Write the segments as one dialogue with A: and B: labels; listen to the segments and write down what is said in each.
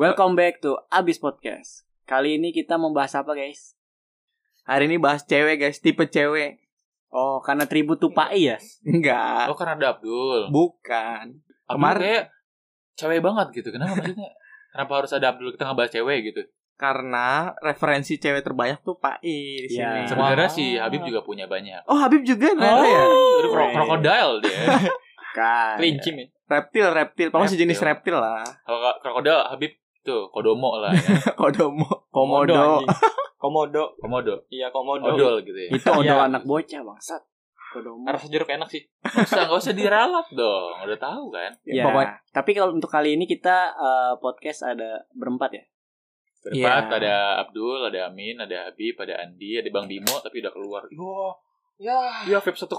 A: Welcome back to Abis Podcast. Kali ini kita membahas apa, guys?
B: Hari ini bahas cewek guys, tipe cewek.
A: Oh, karena tribut tupai ya?
B: Enggak,
C: Oh karena ada Abdul.
B: bukan.
C: Abdul
B: Kemarin-
C: kayak cewek banget gitu. Kenapa maksudnya? Kenapa harus ada Abdul kita ngebahas cewek gitu?
B: Karena referensi cewek terbanyak tuh Pak I di
A: Iya.
B: sini.
C: Sebenarnya
B: Wah.
C: si Habib juga punya banyak.
B: Oh, Habib juga ternyata ya.
D: Iya,
C: Itu kro- krokodil dia.
A: Iya, Kan.
C: Kelinci nih.
B: Reptil, reptil. Pokoknya
C: Reptil.
B: sejenis reptil lah.
C: Kalau nggak krokodil Habib tuh kodomo lah ya.
B: Kodomo, komodo.
D: anjing. komodo.
C: Komodo.
D: Iya, komodo.
C: Odol gitu ya.
A: Itu odol
D: Iya.
A: anak bocah, bangsat. Kodomo.
D: Harus jeruk enak sih.
C: Nggak usah, nggak usah diralat dong. Udah tahu kan.
A: Ya,
B: Pokoknya-
A: tapi kalau untuk kali ini kita eh, podcast ada berempat ya.
C: Berempat
B: Iya.
C: ada Abdul, ada Amin, ada Habib, ada Andi, ada Bang Bimo tapi udah keluar. Wah.
D: Ya.
C: Iya, vape 1,8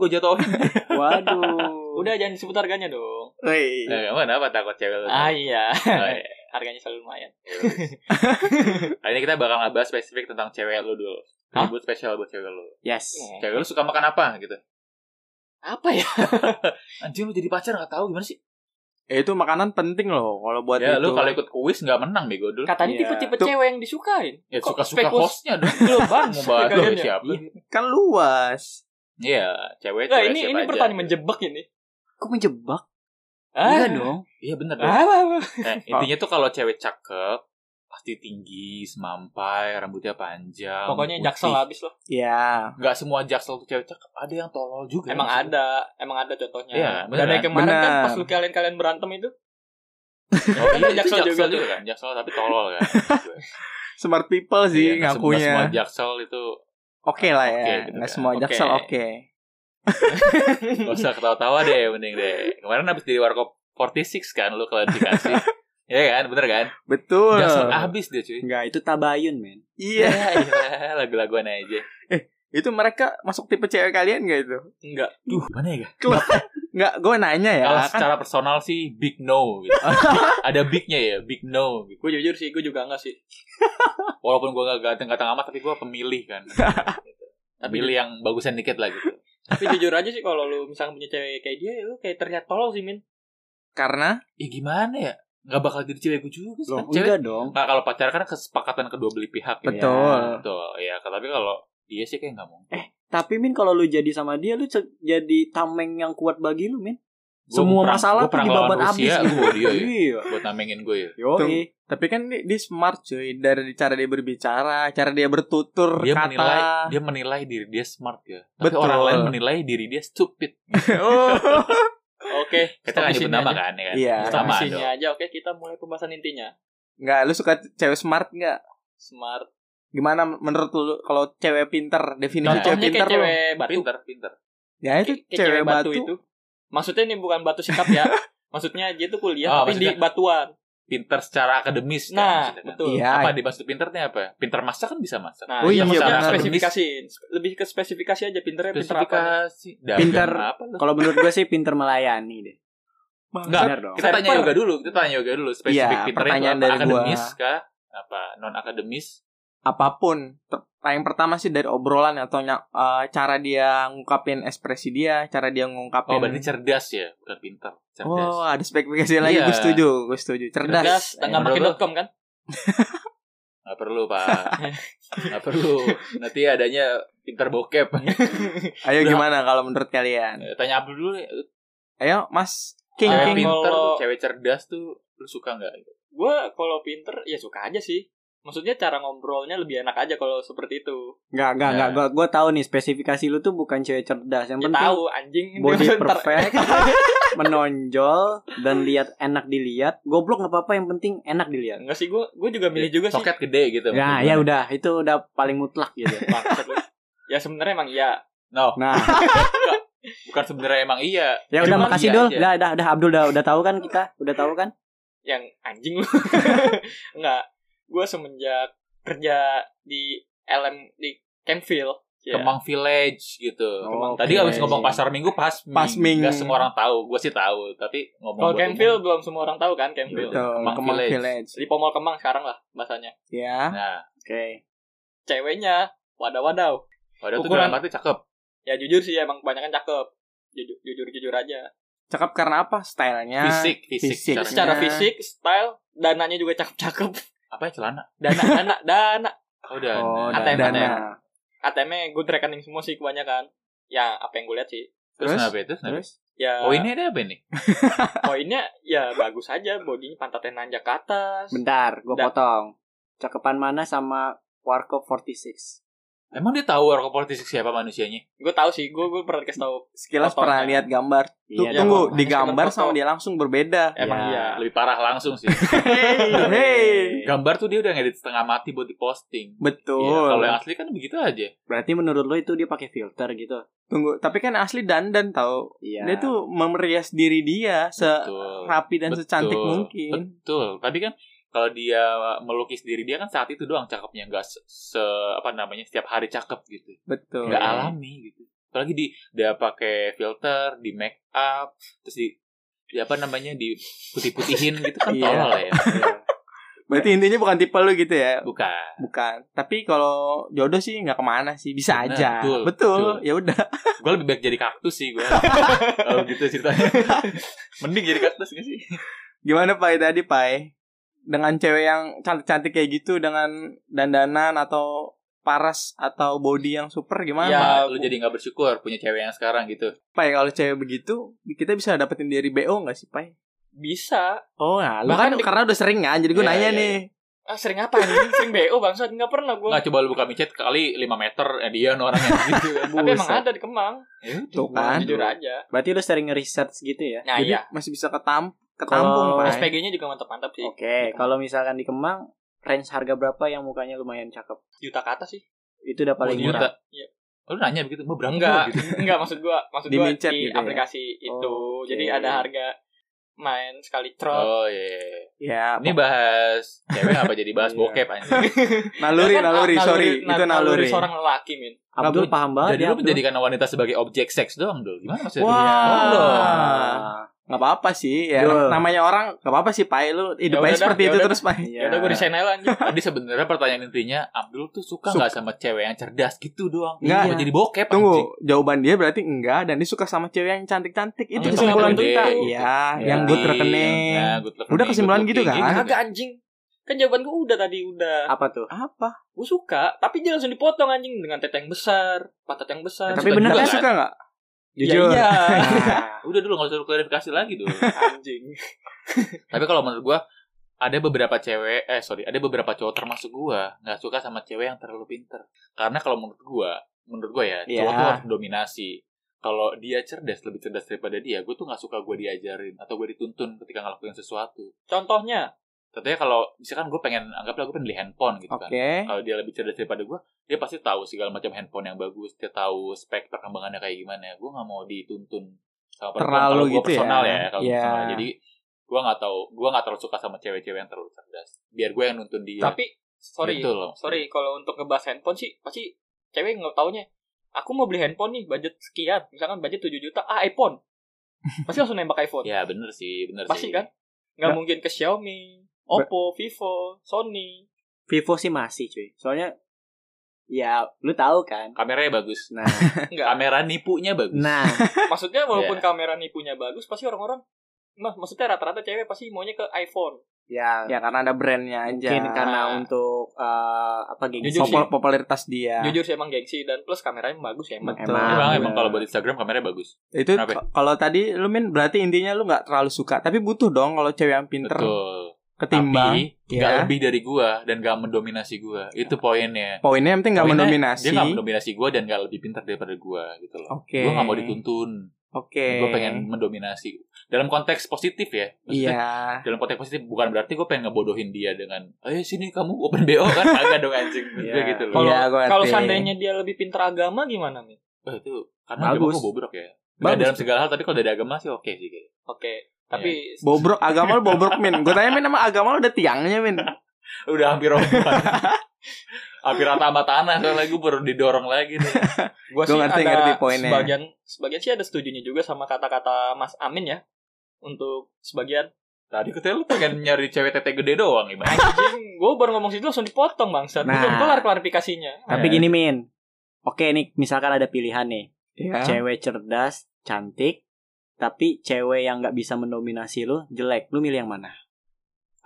C: gue jatuhin.
A: Waduh.
D: Udah jangan disebut harganya dong.
B: Wih.
C: Eh, kamu kenapa takut cewek lu?
D: Ah iya,
C: Oh, iya.
D: harganya selalu lumayan.
C: Hari ini kita bakal ngebahas spesifik tentang cewek lu dulu.
D: Hah?
C: Ribut spesial buat cewek lu.
A: Yes.
D: Eh,
C: Cewek lu suka makan apa gitu?
D: Apa ya?
C: Anjir lu jadi pacar gak tahu gimana sih?
B: Ya, itu makanan penting loh kalau buat
C: ya
B: itu.
C: lu kalau ikut kuis gak menang bego dulu.
D: Katanya
A: Iya.
D: tipe-tipe
B: Tuh.
D: cewek yang disukain.
C: Ya
D: Kan Kok
C: suka-suka
D: spekus?
C: hostnya dong. Lu bang mau bahas
D: Kalian
C: lu
D: ya?
C: siapa?
B: Kan luas.
C: Iya, cewek
D: Nah,
C: cewek
D: ini
C: siapa
D: ini
C: aja.
D: pertanyaan menjebak ini.
A: Kok menjebak?
D: Ah,
A: Enggak dong.
C: Iya bener dong.
D: Ah, apa, apa.
C: Eh, intinya tuh kalau cewek cakep pasti tinggi, semampai, rambutnya panjang.
D: Pokoknya jaksel habis loh.
B: Ya.
C: Gak semua jaksel tuh cewek cakep. Ada yang tolol juga.
D: Emang ada, emang ada contohnya.
C: Iya,
D: Dan yang
C: beneran.
D: kemarin kan
B: Benar.
D: pas lu kalian kalian berantem itu,
C: Oh, iya, itu
D: Jaksel
C: jaksel,
D: juga
C: juga kan. Jaksel tapi tolol kan.
B: Smart people sih
C: Iya, nggak semua-
B: ngakunya.
C: Semua jaksel itu
B: Oke lah ya.
C: Oke,
B: Nggak
C: gitu kan.
B: semua
C: Oke.
B: jaksel oke.
C: gak usah ketawa-tawa deh mending deh. Kemarin habis di warkop 46 kan lu klarifikasi. Iya kan, bener kan?
B: Betul.
C: Jaksel ah. habis dia cuy.
A: Enggak, itu tabayun, men.
B: Iya.
C: iya, lagu-laguan aja.
B: Itu mereka masuk tipe cewek kalian gak itu?
D: enggak.
C: Duh, gimana ya, Kak?
B: Nggak, gue nanya ya.
C: Kalau
B: Kan
C: secara personal sih big no gitu. Ada bignya ya, big no gitu.
D: Gue jujur sih, gue juga enggak sih.
C: Walaupun gua gak ganteng-ganteng amat tapi gua pemilih kan. Tapi Pilih yang bagusan dikit lah gitu.
D: Tapi jujur aja sih kalau lu misalnya punya cewek kayak dia, ya lu kayak terlihat tolol sih, Min.
B: karena
C: Ya gimana ya? Gak bakal jadi cewek gue juga sih.
A: Loh,
C: Kan cewek
A: enggak dong.
C: Nah, kalau pacaran kan kesepakatan kedua belah pihak ya.
B: Betul.
C: Betul. Ya, tapi kalau dia sih kayak nggak mau.
A: Tapi Min kalau lu jadi sama dia lu ce- jadi tameng yang kuat bagi lu, Min.
C: Gua
A: Semua
C: perang-
A: masalah
C: gua
A: tuh
C: perang
A: dibabat
C: lawan
A: habis
C: Rusia,
A: gitu.
C: gua dia ya.
A: Iya.
C: buat namengin gue ya.
A: Yo,
B: Tuh, tapi kan dia, dia smart cuy dari cara dia berbicara, cara dia bertutur
C: Dia
B: kata.
C: menilai dia menilai diri dia smart ya. Tapi
B: Betul.
C: orang lain menilai diri dia stupid.
B: Oh.
D: Oke,
C: Kita
D: stop
C: nggak
D: di
C: nyebut
D: sini
C: nama
D: aja.
C: kan ya kan.
B: Iya.
C: Nyebut
D: Stop
C: Nama
D: di
C: dong.
D: sini aja. Oke, kita mulai pembahasan intinya.
B: Nggak, lu suka cewek smart nggak?
D: Smart.
B: Gimana menurut lu kalau cewek pinter definisi
A: Ya,
B: cewek
C: Contohnya
D: Contohnya
B: pinter
D: kayak
B: lu?
D: cewek batu.
C: Pinter, pinter.
B: Ya itu
D: Kayak- kayak
B: cewek, batu,
D: itu. Maksudnya ini bukan batu sikap ya. Maksudnya dia tuh kuliah
C: Oh,
D: tapi
C: maksudnya-
D: di batuan.
C: Pinter secara akademis kan,
D: Nah,
C: maksudnya kan.
D: betul.
B: Iya.
C: Apa dimaksud pinternya apa? Pinter masak kan bisa masak.
D: Nah,
B: Oh
D: kita
B: iya,
D: maksudnya
B: benar.
D: spesifikasiin. Lebih ke spesifikasi aja pinternya pinter apa.
C: Spesifikasi dagang
B: Pinter-
C: apa lu?
A: Kalau menurut gue sih pinter melayani deh.
C: Nggak,
A: Bener dong.
C: Nah, Kita tanya
D: Server.
C: yoga dulu, kita tanya yoga dulu. Spesifik
B: Iya,
C: pinternya itu
B: pertanyaan
C: apa?
B: dari gua.
C: Akademis kah? Apa non akademis?
B: apapun. Ter- Yang pertama sih dari obrolan atau nya- eh, cara dia ngungkapin ekspresi dia, cara dia ngungkapin.
C: Oh, berarti cerdas ya, bukan pinter. Cerdas.
B: Wow, ada spesifikasi lagi.
C: Iya.
B: Gue setuju, gue setuju. Cerdas. Eh,
D: Gas tengah
C: menurut lu?
D: makin.com kan?
C: Gak perlu, Pak. Gak perlu. Nanti adanya pinter bokep.
B: Ayo
C: Udah.
B: gimana kalau menurut kalian?
C: Tanya Abdul dulu. ya.
B: Ayo Mas King,
C: Cewek
B: King.
C: pinter,
D: Kalau-
C: cewek cerdas tuh lu suka gak?
D: Gue kalau pinter ya suka aja sih. Maksudnya cara ngobrolnya lebih enak aja kalau seperti itu.
A: Enggak, enggak,
C: Ya.
A: enggak. Gua gua tahu nih spesifikasi lu tuh bukan cewek cerdas. Yang
D: Ya
A: penting
D: tahu anjing
A: body
D: Ntar-
A: perfect, menonjol dan lihat enak dilihat. Goblok nggak apa-apa yang penting enak dilihat.
D: Enggak sih gue gue juga milih juga sih.
C: Soket gede gitu.
A: Nah, ya udah, itu udah paling mutlak gitu.
D: Bangsat lu. Ya sebenarnya emang iya.
C: No,
A: Nah,
C: bukan sebenarnya emang iya.
A: ya udah
C: Cuman
A: makasih
C: iya
A: Dul.
C: aja.
A: Udah, udah, udah Abdul udah udah tahu kan kita? Udah tahu kan?
D: yang anjing lu nggak gue semenjak kerja di LM di Kenville ya.
C: Kemang Village gitu.
B: Kemang
C: Tadi
B: Oh, Village.
C: habis ngomong pasar minggu pas
B: Pasming.
C: Gak semua orang tahu. Gue sih tahu, tapi ngomong. Oh,
D: kalau
C: buat
D: Kenville
C: umum.
D: belum semua orang tahu kan Kenville
B: Betul,
C: Kemang
B: Kemang
C: Village.
B: Village.
D: di Pomol Kemang sekarang lah bahasanya
B: Ya.
C: Nah,
A: Oke.
D: ceweknya wadaw wadaw
C: padahal tuh
D: Ukuran-
C: dalam arti cakep.
D: ya jujur sih emang kebanyakan cakep jujur jujur jujur aja
B: Cakep karena apa? Stylenya.
C: fisik fisik,
B: Ya, fisik.
C: caranya.
B: Secara-
D: Secara fisik, style, dananya juga cakep-cakep.
C: apa ya celana
D: Dana, dana, dana.
C: oh udah
B: Oh, dan
C: Ada.
D: ATM,
B: dana.
C: ATM.
D: ATM-nya good rekening semua sih kebanyakan. Ya, apa yang gue lihat sih.
C: terus
B: Terus?
C: kenapa ya? terus kenapa
B: Terus?
D: Ya,
C: oh ini ada apa ini
D: poinnya ya bagus aja. Bodinya pantatnya nanjak ke atas.
A: Bentar, gue
D: Da-
A: potong. Cakepan mana sama Warkop 46?
C: emang dia tahu Warkop politik siapa manusianya
D: Gue tahu sih, gue gue pernah kasih tahu.
B: Sekilas
D: Fotonya.
B: pernah lihat gambar. Tuh,
A: Iya,
B: tunggu,
D: dong.
B: di gambar
D: Foto.
B: sama dia langsung berbeda.
A: Ya.
D: Emang iya.
C: lebih parah langsung sih
B: Hey.
C: gambar tuh dia udah ngedit setengah mati buat diposting Iya,
B: Betul.
C: kalau yang asli kan begitu aja
A: Berarti menurut lo itu dia pakai filter gitu?
B: Tunggu, tapi kan asli dandan tahu.
A: Iya.
B: Dia tuh memerias diri dia se
C: Betul.
B: rapi dan secantik
C: Betul.
B: mungkin.
C: Betul. Tapi kan kalau dia melukis diri dia kan saat itu doang cakepnya enggak se, se- apa namanya setiap hari cakep gitu.
B: Betul.
C: Enggak alami gitu. Apalagi di dia pakai filter, di make up, terus di, di apa namanya di putih-putihin gitu kan
B: Iya.
C: tolol ya.
B: Berarti intinya bukan tipe lu gitu ya?
C: Bukan.
B: Bukan. Tapi kalau jodoh sih nggak kemana sih, bisa
C: Benar,
B: aja.
C: betul,
B: Betul.
C: betul.
B: Ya udah.
C: Gue lebih baik jadi kaktus sih gue. Kalau gitu ceritanya. Mending jadi kaktus gak sih?
B: Gimana Pai tadi Pai? Dengan cewek yang cantik-cantik kayak gitu dengan dandanan atau paras atau body yang super gimana?
D: Ya,
C: Nah, lu
D: bu-
C: jadi nggak bersyukur punya cewek yang sekarang gitu.
B: Pai kalau cewek begitu kita bisa dapetin dari BO nggak sih Pai?
D: Bisa.
B: Oh nah, lu kan
D: Bahkan di-
B: karena udah sering kan jadi gue
C: Iya,
B: nanya
C: iya,
B: nih.
D: Ah, sering apa anjing? Sering BO bangsat. Nggak pernah gue.
C: Nggak coba lu buka micet kali 5 meter eh, dia orangnya gitu.
D: Tapi emang
B: Buset.
D: ada di Kemang.
C: Ya udah.
B: Tuh kan.
D: Jujur aja.
A: Berarti lo sering nge-research gitu ya?
D: Nah,
B: Jadi ya?
D: iya.
B: masih bisa ketam ketampung
A: Kalau-
B: Pai.
D: SPG-nya juga mantap-mantap sih.
B: Oh.
A: Oke, kalau misalkan di Kemang, range harga berapa yang mukanya lumayan cakep?
D: Juta ke atas sih.
A: Itu udah paling
C: Mau
A: murah.
C: juta.
D: Iya.
C: Lu nanya begitu, mau berapa?
D: Enggak,
C: Gitu.
D: enggak maksud gua, maksud
B: Di
D: gua
B: micet
D: di
B: gitu ya? Oh,
D: aplikasi itu.
A: Oke.
D: Jadi ada harga main sekali trot.
C: Oh iya.
B: Ya,
C: Ini bahas cewek apa jadi bahas
A: Iya.
C: bokep anjing.
B: naluri,
D: Ya kan,
B: naluri,
D: ah,
B: sorry,
D: na-
B: itu naluri.
D: seorang lelaki, Min.
A: Abdul
B: Abdul,
A: paham banget
C: Jadi
A: ya,
C: lu
A: Abdul.
C: menjadikan wanita sebagai objek seks doang dong. Gimana maksudnya?
B: Oh, iya, Wah.
C: Doang dong.
A: Ah,
B: Gak apa-apa sih ya.
A: Duh.
B: Namanya orang gak apa-apa sih Pai lu hidup aja
D: Ya udah
B: seperti
D: dah, ya
B: itu
D: udah.
B: terus Pai.
A: iya.
D: Ya udah gua desain aja lanjut.
C: Tadi sebenarnya pertanyaan intinya Abdul tuh suka
B: Suka.
C: nggak sama cewek yang cerdas gitu doang?
B: Nggak.
C: Mau jadi bokep anjing.
B: Tunggu, jawaban dia berarti enggak dan dia suka sama cewek yang cantik-cantik. Itu
C: Oh,
B: kesimpulan
C: itu.
B: kita.
C: Iya.
B: Iya,
A: Iya.
B: yang good
C: Jadi,
B: rekening.
C: nah, good rekening,
B: Udah kesimpulan
C: good
B: gitu
C: looking,
B: kan?
D: Kagak anjing. Kan jawaban gua udah tadi udah.
A: Apa tuh?
B: Apa?
D: Gua suka, tapi dia langsung dipotong anjing dengan tete yang besar, pantat yang besar.
C: Ya,
A: Tapi
C: suka
A: bener
C: juga
A: kan?
B: Lu suka enggak?
A: Jujur.
D: Ya, iya,
A: Nah,
C: Udah dulu nggak usah lu klarifikasi lagi dong.
D: anjing.
C: Tapi kalau menurut gua ada beberapa cewek eh sorry ada beberapa cowok termasuk gua nggak suka sama cewek yang terlalu pinter karena kalau menurut gua menurut gua ya cowok
B: Iya.
C: tuh harus dominasi kalau dia cerdas lebih cerdas daripada dia gue tuh nggak suka gue diajarin atau gue dituntun ketika ngelakuin sesuatu
D: Contohnya,
C: contohnya kalau misalkan gue pengen anggaplah gue pengen beli handphone gitu kan
B: Oke.
C: kalau dia lebih cerdas daripada gue dia pasti tahu segala macam handphone yang bagus dia tahu spek perkembangannya kayak gimana gue nggak mau dituntun sama perempuan.
B: Terlalu
C: Kalau gua
B: gitu ya.
C: personal ya, kalau gua
B: Iya.
C: personal. jadi gue nggak tahu gue nggak terlalu suka sama cewek-cewek yang terlalu cerdas biar gue yang nuntun
A: Iya.
C: dia
D: tapi sorry,
C: Gitu loh.
D: sorry kalau untuk ngebahas handphone sih pasti cewek nggak taunya aku mau beli handphone nih budget sekian misalkan budget 7 juta ah iPhone pasti langsung nembak
A: Iya
D: iPhone
C: ya bener sih bener sih
D: pasti kan nggak mungkin ke Xiaomi Oppo Vivo Sony
A: Vivo sih masih cuy. Soalnya ya lu tahu kan.
C: kameranya bagus
A: Nah,
D: nggak
C: kamera nipunya bagus
A: nah
D: maksudnya walaupun
A: Iya.
D: kamera nipunya bagus pasti orang-orang mah maksudnya rata-rata cewek pasti maunya ke iPhone
A: ya
B: Ya karena ada brandnya aja.
A: mungkin karena
D: Nah.
A: untuk eh, apa gengsi.
D: Jujur sih.
B: Popul- popularitas dia.
D: jujur sih emang gengsi dan plus kameranya bagus ya emang
B: Betul.
C: emang
A: Nah,
C: Iya
A: bener.
C: emang kalau buat Instagram kameranya bagus
B: Itu
C: Kenapa?
B: k- kalau tadi lu min berarti intinya lu nggak terlalu suka, tapi butuh dong kalau cewek yang pinter
C: betul
B: ketimbang.
C: tapi nggak
B: ya.
C: lebih dari gue dan nggak mendominasi gue
B: Nah.
C: itu poinnya
B: Poinnya yang penting nggak
C: Poinnya,
B: mendominasi.
C: dia nggak mendominasi gue dan nggak lebih pintar daripada gue gitu loh
B: Oke.
C: gue nggak mau dituntun
B: Oke.
C: gue pengen mendominasi dalam konteks positif ya Maksudnya,
B: Iya.
C: dalam konteks positif bukan berarti gue pengen ngebodohin dia dengan ayo sini kamu open bo kan agak dong anjing Maksud gue
A: Iya.
C: gitu loh
D: kalau
B: Iya, gua ngerti.
D: kalau seandainya dia lebih pintar agama gimana nih
C: Wah, Eh, itu karena
A: Bagus.
C: agama gue bobrok ya Nggak
B: Bagus.
C: dalam segala hal tapi kalau dari agama sih oke sih kayaknya.
D: oke tapi
B: Bobrok agama lu bobrok min. Gue tanya min nama agama lu ada tiangnya min. Iya.
C: udah hampir roboh hampir rata sama tanah soalnya gue baru didorong lagi nih
D: Gua
B: Gua
D: sih
B: ngerti-
D: ada
B: ngerti poinnya.
D: sebagian sebagian sih ada setujunya juga sama kata-kata Mas Amin ya untuk sebagian
C: tadi katanya lu pengen nyari cewek tete gede doang gimana
D: anjing gue baru ngomong situ langsung dipotong bangsat
A: Nah.
D: nah. belum kelar klarifikasinya
A: Tapi
C: Ya.
A: gini Min. Oke nih misalkan ada pilihan nih.
B: Iya.
A: Cewek cerdas, cantik tapi cewek yang nggak bisa mendominasi lu jelek lu milih yang mana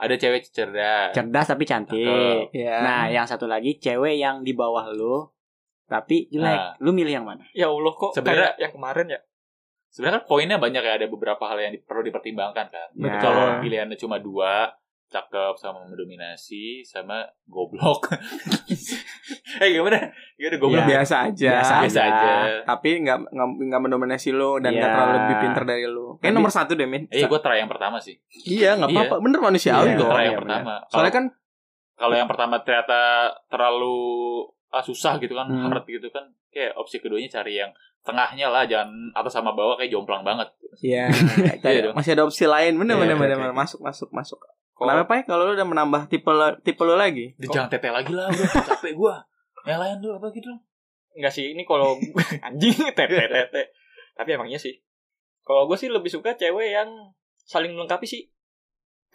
C: Ada cewek cerdas.
A: cerdas tapi cantik
B: Ya.
A: nah yang satu lagi cewek yang di bawah lu tapi
C: Nah.
A: jelek lu milih yang mana
D: Ya Allah kok
C: Sebenarnya-
D: kayak yang kemarin ya.
C: Sebenarnya kan poinnya banyak ya. Ada beberapa hal yang di- perlu dipertimbangkan kan. Tapi
A: Ya.
C: kalau pilihannya cuma dua, cakep sama mendominasi sama goblok. eh gimana? Gimana goblok?
A: Ya.
B: biasa aja.
A: Biasa
C: iya. Biasa aja.
B: Tapi nggak nggak nggak mendominasi lo dan nggak
A: Iya.
B: terlalu lebih pinter dari lo. Kayak
A: Tapi-
B: nomor satu deh, Min.
C: Iya, gue try yang pertama sih.
B: Iya, nggak
C: Iya.
B: apa-apa. Bener manusiawi
A: Iya,
C: Gue
B: dong.
C: try
A: iya,
C: yang
A: benar.
C: pertama. Kalau
B: Soalnya kan
C: kalau yang pertama ternyata terlalu ah, susah gitu kan,
B: Hmm.
C: hard gitu kan, kayak opsi keduanya cari yang tengahnya lah, jangan atas sama bawah kayak jomplang banget.
B: Iya.
C: Iya dong.
B: masih ada opsi lain. Bener
C: Iya,
B: bener
C: oke,
B: bener.
C: oke.
B: bener. Masuk masuk masuk.
D: Kok-
B: Kenapa Pai? Kalau lo udah menambah tipe lo, tipe lo lagi?
C: Dia jangan tete lagi lah, udah capek gue. Yang lain dulu apa gitu.
D: Enggak sih, ini kalau anjing tete tete. Tapi emangnya sih. Kalau gue sih lebih suka cewek yang saling melengkapi sih.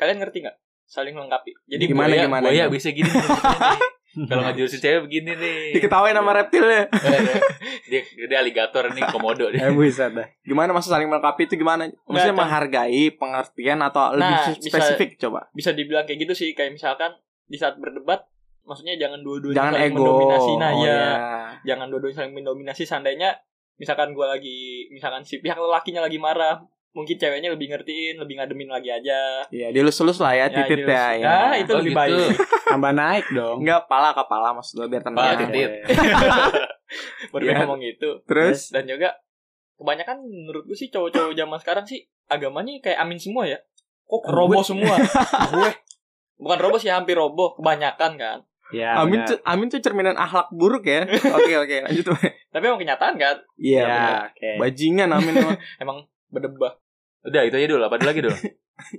D: Kalian ngerti nggak? Saling melengkapi. Jadi
B: Gimana,
C: buaya,
B: gimana,
C: buaya
B: gimana?
C: bisa gini. nih, biasanya nih. Kalau ngajurusin cewek begini nih.
B: Diketawain sama reptilnya.
C: dia, dia, dia aligator nih, komodo dia.
A: eh buset dah
B: Gimana maksud saling melengkapi itu gimana? Maksudnya
D: Nggak, kan.
B: menghargai pengertian atau lebih
D: Nah, bisa-
B: spesifik coba.
D: bisa dibilang kayak gitu sih, kayak misalkan di saat berdebat maksudnya jangan dua-duanya
B: Jangan
D: saling
B: ego.
D: mendominasi nah
B: Oh,
D: ya.
B: iya.
D: Jangan dua-duanya saling mendominasi seandainya misalkan gue lagi misalkan si pihak lelakinya lagi marah, mungkin ceweknya lebih ngertiin, lebih ngademin lagi aja.
B: Iya, dilus-lus lah ya, titit ya.
D: dilus-
B: ya.
D: Nah, itu
C: Oh,
D: lebih
C: gitu.
D: baik.
A: tambah naik dong
B: Enggak pala kepala maksud lo biar tenang.
C: Pala,
B: Iya.
C: titit.
D: Baru
B: Iya.
D: ngomong gitu.
B: Terus
D: dan juga kebanyakan menurut gue sih cowok-cowok zaman sekarang sih agamanya kayak amin semua ya kok roboh semua gue bukan roboh sih hampir roboh kebanyakan kan
A: ya
B: Amin
A: benar.
B: tuh Amin tuh cerminan akhlak buruk ya. Oke oke lanjut. Pak.
D: tapi emang kenyataan kan
B: Iya.
A: ya
B: bener.
A: oke
B: Bajingan Amin emang.
D: emang berdebah
C: Udah, itu aja dulu. Apa ada lagi dulu?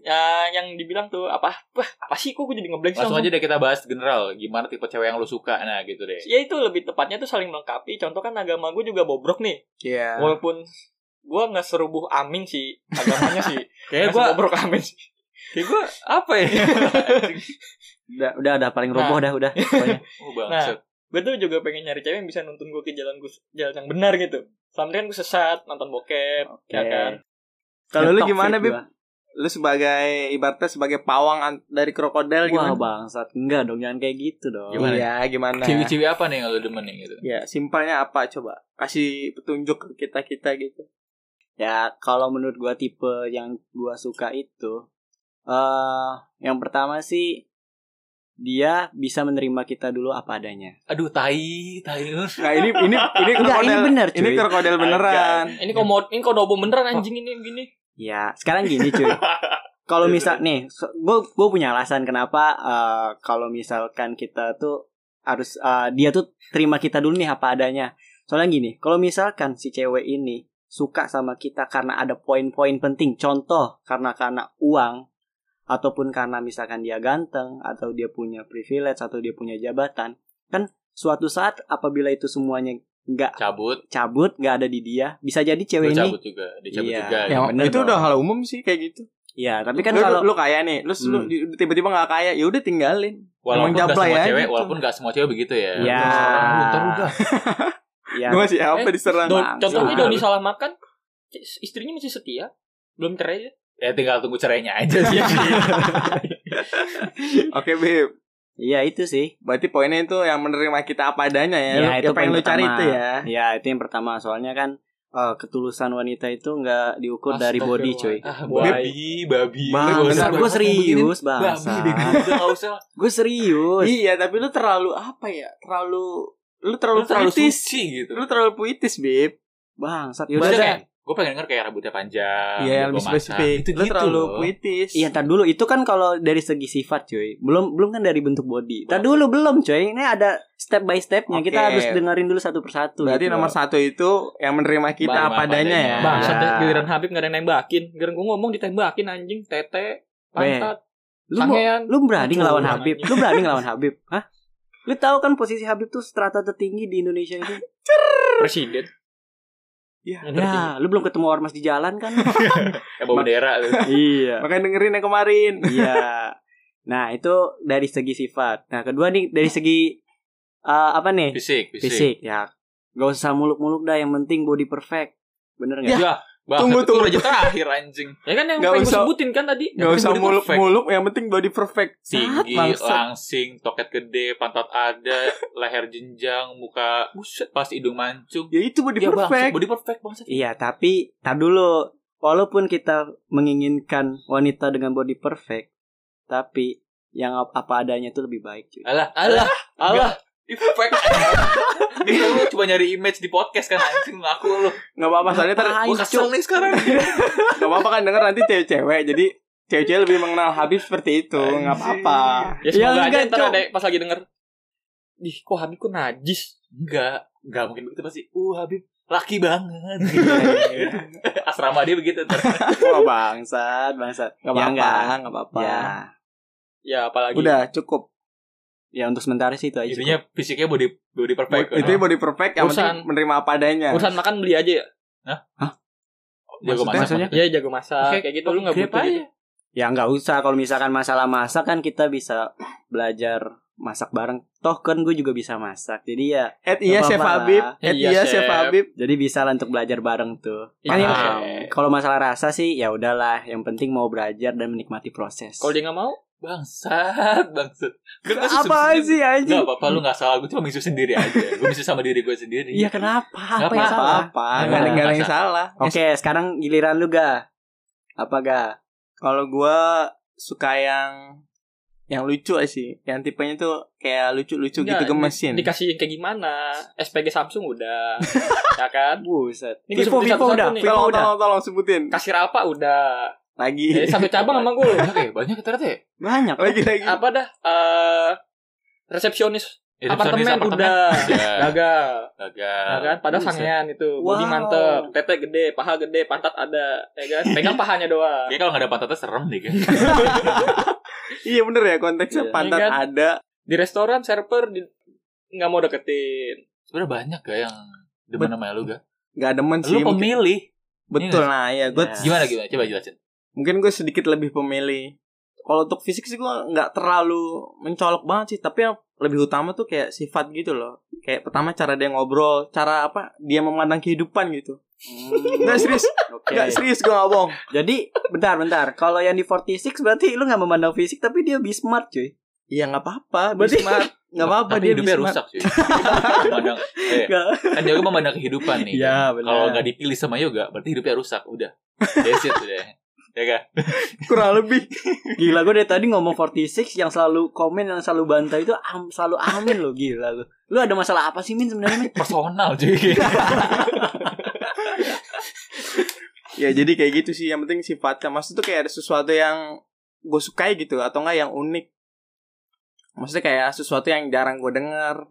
D: ya yang dibilang tuh apa wah apa sih kok gue jadi ngeblank sih
C: Langsung aja deh kita bahas general. Gimana tipe cewek yang lu suka. Nah, gitu deh.
D: ya itu lebih tepatnya tuh saling melengkapi contoh kan agama gue juga bobrok nih
B: Iya.
C: Ya.
D: walaupun gue nggak serubuh amin sih agamanya sih
C: Kayak
D: Nggak
C: gue,
D: sebobrok amin sih
C: kayak gue apa ya?
A: udah udah udah paling roboh dah udah pokoknya.
C: oh, bangsat.
D: gue tuh juga pengen nyari cewek yang bisa nuntun gue ke jalan gue jalan yang benar gitu selama ini kan gue sesat nonton bokep
C: Oh.
D: ya
A: Oke.
D: kan
B: Kalau lu
A: Toxic
B: gimana, Bib?
A: gua.
B: Lu sebagai ibaratnya sebagai pawang an- dari krokodil
A: Wah
B: gimana?
A: bangsat Enggak dong jangan kayak gitu dong
C: Gimana?
B: Iya, gimana?
C: Ciwi-ciwi apa nih yang lu demen nih gitu?
B: Ya, simpelnya apa coba? Kasih petunjuk ke kita-kita gitu.
A: Ya kalau menurut gua tipe yang gua suka itu eh Yang pertama sih Dia bisa menerima kita dulu apa adanya
C: Aduh, tai, tai.
B: Nah, ini ini ini
A: Enggak
B: krokodil.
A: ini bener cuy
B: ini krokodil beneran.
D: Kan, ini komodo ini kodobo beneran anjing ini gini
A: Ya sekarang gini cuy Kalau misal nih Gue gua punya alasan kenapa eh, Kalau misalkan kita tuh harus eh, Dia tuh terima kita dulu nih apa adanya Soalnya gini Kalau misalkan si cewek ini Suka sama kita karena ada poin-poin penting Contoh karena karena uang ataupun karena misalkan dia ganteng atau dia punya privilege atau dia punya jabatan kan suatu saat apabila itu semuanya nggak
C: Cabut.
A: cabut nggak ada di dia bisa jadi
C: Lu
A: cewek ini
C: cabut juga. Dicabut
A: Iya.
C: juga. gitu.
B: Ya,
A: bener
B: itu
A: dong.
B: udah hal umum sih kayak gitu.
A: ya tapi kan
B: lu,
A: kalau
B: lu kaya nih, lu lu
A: Hmm.
B: di- tiba-tiba nggak kaya, ya udah tinggalin.
C: Walaupun
B: Emang
C: gak
B: jablay
C: semua
B: aja
C: cewek,
B: gitu.
C: walaupun gak semua cewek begitu ya.
A: Ya.
C: Lu ntar lu dah.
A: ya
B: Gua masih apa
D: Eh,
B: diserang?
D: Do-
B: Bangsa.
A: Ah.
D: contohnya Doni salah makan c- istrinya masih setia belum cerai ya
C: Ya tinggal tunggu cerainya aja sih.
B: Iya. Oke, Beb.
A: ya itu sih
B: Berarti poinnya itu yang menerima kita apa adanya ya.
A: Ya,
B: Lu-
A: itu
B: yang pengen
A: poin
B: lu cari
A: pertama.
B: itu ya.
A: ya itu yang pertama soalnya kan eh, ketulusan wanita itu nggak diukur dari body cuy
C: Ah,
D: Wah.
C: babi, babi. Lu gak usah
A: Bangsat gue
C: banyak ngomong begini.
A: serius
C: Babi,
A: bangsat
C: bego. Udah gak usah.
A: gue serius
B: Iya, tapi lu terlalu apa ya? Terlalu lu terlalu,
C: Lu terlalu
B: puitis.
C: suci gitu.
B: Lu terlalu puitis, Beb.
A: bangsat
C: Lu
A: yaudah
C: bisa
A: dah.
C: kayak, gue pengen denger kayak rambutnya panjang.
B: Iya, yang
C: jago
B: lebih
C: masak.
B: spesifik.
C: Itu
B: lu
C: gitu
B: terlalu
C: loh.
B: puitis.
A: Iya, tar dulu itu kan kalau dari segi sifat cuy, belum belum kan dari bentuk body. Tar dulu belum cuy, ini ada step by stepnya. Kita
B: Oke.
A: harus dengerin dulu satu persatu. gitu.
B: Berarti nomor satu itu yang menerima kita
C: Menerima
B: apa
C: apa
B: adanya ya.
C: adanya.
D: bangsat
A: Ya.
D: ya giliran Habib nggak ada yang nembakin giliran gue ngomong ditembakin anjing tete pantat
A: lu mau,
D: sangean.
A: lu berani
D: Aduh,
A: ngelawan
D: anjing.
A: Habib? Lu berani ngelawan Habib? Hah? Lu tahu kan posisi Habib tuh strata tertinggi di Indonesia itu?
D: presiden
B: Iya.
D: Yang tertinggi.
A: Ya, lu belum ketemu ormas di jalan kan?
C: Eh, bawa bendera. lu.
A: iya.
B: Makanya dengerin yang kemarin.
A: Iya. Nah, itu dari segi sifat. Nah, kedua nih dari segi eh, apa nih?
C: Fisik, fisik.
A: Fisik. Ya, gak usah muluk-muluk dah. Yang penting body perfect. Bener nggak?
C: Ya, Bah,
B: Iya. Tunggu,
C: itu
B: tunggu.
C: Raja terakhir anjing.
D: Ya kan yang
B: Nggak
D: pengen gue
B: usah-
D: sebutin kan tadi.
B: Gak
C: Yang
B: usah
C: penting body perfect.
B: muluk-muluk, yang penting body perfect. Saat
C: Tinggi,
B: bangsa.
C: langsing, toket gede, pantat ada, leher jenjang, muka buset pas hidung mancung.
B: Ya itu body
C: Iya bang,
B: perfect.
C: body perfect banget.
A: Iya, tapi tar dulu. Walaupun kita menginginkan wanita dengan body perfect, tapi yang ap- apa adanya itu lebih baik. cuy.
C: Alah, alah, alah. Perfect. Gitu lu cuma nyari image di podcast kan anjing ngaku lu.
B: Gak apa-apa, soalnya ntar
A: Ngapain,
C: Gua kesel nih sekarang.
B: gak apa-apa kan denger nanti cewek-cewek. Jadi cewek-cewek lebih mengenal Habib seperti itu. Gak apa-apa.
D: Ya semoga
A: Ya,
D: aja
A: enggak,
D: ntar
A: Cok.
D: ada pas lagi denger. Ih, kok Habib kok najis?
C: Enggak, enggak mungkin begitu pasti. Uh, Habib laki banget. Asrama dia begitu ntar.
A: Wah,
B: Oh,
A: bangsat, bangsat. Ya,
B: Gak apa-apa.
A: enggak.
B: Gak apa-apa.
A: Ya,
D: Ya apalagi.
B: Udah cukup.
A: ya untuk sementara sih itu aja.
C: Intinya fisiknya body body perfect.
B: Itu body perfect yang
D: Urusan-
B: penting menerima apa adanya.
D: Urusan makan beli aja ya.
C: jago
B: maksudnya-
C: masak.
A: maksudnya?
C: maksudnya.
D: Ya jago masak kayak gitu lu enggak
C: Grab
D: butuh
C: aja.
D: gitu.
A: Ya nggak usah kalau misalkan masalah masak kan kita bisa belajar masak bareng. Toh kan gue juga bisa masak. Jadi ya
B: At iya
A: Gak
B: Chef
A: apa-apa.
B: Habib. At
D: Iya,
B: iya Chef
D: Chef.
B: Habib.
A: jadi bisa lah untuk belajar bareng tuh.
D: Iya.
A: Paham.
D: Iya.
A: Kalau masalah rasa sih ya udahlah, yang penting mau belajar dan menikmati proses.
D: Kalau dia enggak mau,
C: Bangsat, bangsat. Gua
A: apa
C: ngasih subsidi.
A: sih
C: Enggak
A: anjing?
C: apa-apa lu enggak salah, gue cuma misu sendiri aja. Gue misu sama diri gue sendiri.
A: Iya kenapa? Apa
C: Nggak
A: yang salah?
B: Apa-apa.
A: Nggak
B: Gak ada
A: ada
B: gak ada yang
C: masalah.
B: salah.
A: Oke, sekarang giliran lu ga. Apa ga?
B: Kalau gua suka yang yang lucu aja sih, yang tipenya tuh kayak lucu-lucu
D: Enggak,
B: gitu gemesin.
D: dikasih kayak gimana? SPG Samsung udah. ya kan?
A: Buset.
D: Ini
A: Vivo,
D: sebutin
A: Vivo
D: satu-satu
A: udah.
D: nih.
A: Vivo
B: Tolong,
A: udah. Iya.
B: tolong, tolong sebutin.
D: Kasih rapa udah. Eh,
B: Lagi,
D: satu cabang sama gue.
C: Banyak ya, banyak ya ternyata ya.
A: Banyak.
B: lagi, lagi.
D: Apa dah? Eh resepsionis
C: Ya,
D: apartemen,
C: resepsionis
D: udah.
C: Udah.
D: Gagal.
C: Gagal.
D: Ya kan? Padahal
B: Buset.
D: sangean itu, body
A: Nah, Wow.
D: mantep, tete gede, paha gede, pantat ada, ya kan? Pegang pahanya doang.
C: Kayaknya kalau nggak ada pantatnya serem deh kan.
B: Iya bener ya konteksnya
A: Iya.
B: pantat
D: Iya kan?
B: ada.
D: Di restoran server di nggak mau deketin.
C: Sebenarnya banyak gak yang demen sama lu gak?
B: Gak demen
D: Iya,
B: sih.
C: Lu
B: mungkin-
C: pemilih.
B: Betul nah ya gue
A: Iya.
C: Gimana gimana? Coba jelasin.
B: mungkin gue sedikit lebih pemilih. Kalau untuk fisik sih gue nggak terlalu mencolok banget sih, tapi yang lebih utama tuh kayak sifat gitu loh. Kayak pertama cara dia ngobrol, cara apa dia memandang kehidupan gitu. Nggak serius,
A: Hmm. Oke.
B: nggak serius gue nggak bohong.
A: Jadi bentar bentar. Kalau yang di 46 berarti lu nggak memandang fisik tapi dia be smart cuy.
B: Iya nggak apa-apa,
A: Berarti-
B: Bismar. Nggak apa-apa
C: Tapi
B: dia
C: hidupnya
B: Bismar.
C: rusak sih. Memandang, eh,
A: Enggak.
C: kan jago memandang kehidupan nih.
B: Iya,
C: kan?
B: benar.
C: Kalau nggak dipilih sama yoga, berarti hidupnya rusak. Udah. That's it udah. Ya kan?
B: Kurang lebih.
A: Gila gue dari tadi ngomong 46 yang selalu komen yang selalu bantai itu am, selalu amin lo gila lu. Lu ada masalah apa sih Min sebenarnya? Min?
C: Personal cuy.
B: ya jadi kayak gitu sih. Yang penting sifatnya. Maksud tuh kayak ada sesuatu yang gue sukai gitu atau nggak yang unik. Maksudnya kayak sesuatu yang jarang gue dengar.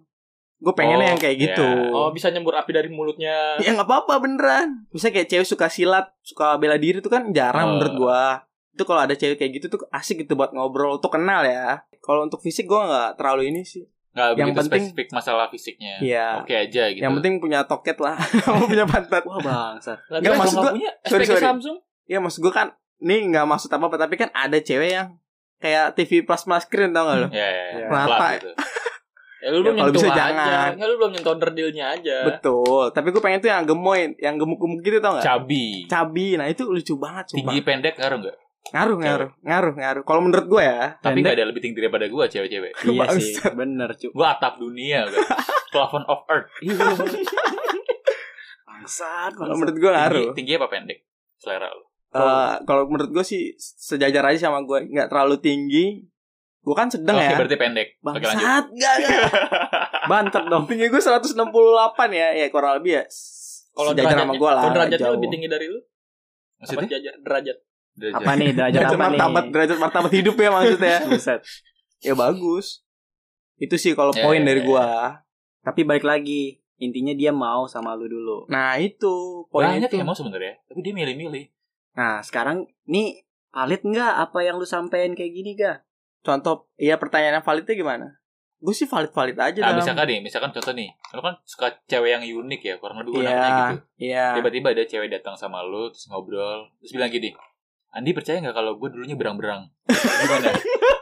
B: Gue pengennya
C: Oh,
B: yang kayak gitu.
D: Oh, bisa nyembur api dari mulutnya.
B: Ya nggak apa-apa beneran. Misalnya kayak cewek suka silat, suka bela diri tuh kan jarang
C: Oh.
B: menurut gua. Itu kalau ada cewek kayak gitu tuh asik gitu buat ngobrol, tuh kenal ya. Kalau untuk fisik gua nggak terlalu ini sih.
C: Nggak
B: Yang
C: begitu
B: penting-
C: spesifik masalah fisiknya.
B: Iya.
C: Oke aja gitu.
B: Yang penting punya toket lah, Kamu punya pantat.
A: Wah bangsat.
D: Lagi
B: Nggak,
D: kalau
B: maksud
D: nggak
B: gua-
D: punya
B: sorry,
D: SPG
B: sorry.
D: Samsung.
B: Ya maksud gua kan, nih nggak maksud apa apa tapi kan ada cewek yang kayak TV plasma screen tau gak lo?
C: Ya, ya,
A: Ya.
C: ya.
B: Rata.
C: Flat gitu.
D: Ya lu belum
B: kalau
D: nyentuh
B: bisa
D: aja.
B: jangan.
D: Ya lu belum nyentuh derdeelnya aja.
B: Betul. Tapi gue pengen tuh yang gemoy, yang gemuk-gemuk gitu tau gak?
C: Cabi.
B: Cabi. Nah itu lucu banget
C: Tinggi
B: sumpah.
C: pendek ngaruh nggak?
B: Ngaruh, ngaruh, ngaruh, ngaruh. Kalau menurut gua ya,
C: Tapi
A: Pendek.
C: nggak ada lebih tinggi daripada gua cewek-cewek.
A: Iya
B: Bangsat.
A: sih, bener cuy.
C: Gua atap dunia gua. Plafon of earth.
A: Bangsat,
B: kalau
A: bangsat.
B: menurut gua ngaruh.
C: Tinggi, tinggi apa pendek? Selera lu.
B: Eh, kalau menurut gue sih sejajar aja sama gue nggak terlalu tinggi gue kan sedang
C: Oke,
B: ya
C: berarti pendek. Oke, lanjut.
B: bangsat gak gak
A: Bantet dong.
B: tinggi gue 168 ya ya kurang lebih ya s-
D: Kalau
B: sejajar sama
D: derajatnya-
B: gue lah
D: Kalau derajatnya
B: jauh.
D: lebih
C: gitu
D: tinggi dari lu. Apa
C: Maksudnya?
D: derajat? Derajat.
C: Derajat.
A: Apa nih derajat
B: derajat
A: apa nih?
B: martabat derajat martabat hidup ya maksudnya
A: Buset.
B: ya bagus itu sih kalau
C: Ya,
B: poin
C: ya,
B: dari
C: ya.
B: gue
A: Tapi balik lagi, intinya dia mau sama lu dulu.
B: nah itu poin
C: Banyak ya,
B: itu
C: yang mau sebenarnya, tapi dia milih-milih.
A: Nah, sekarang nih valid nggak apa yang lu sampein kayak gini ga?
B: contoh iya pertanyaan yang validnya gimana gue sih valid valid aja
C: Nah,
B: dalam- Iya,
C: misalkan nih, misalkan contoh nih, lu kan suka cewek yang unik ya, kurang lebih gue
B: Iya.
C: namanya gitu.
B: iya
C: Tiba-tiba ada cewek datang sama lu, terus ngobrol, terus bilang gini, Andi percaya nggak kalau gue dulunya berang-berang? Gimana?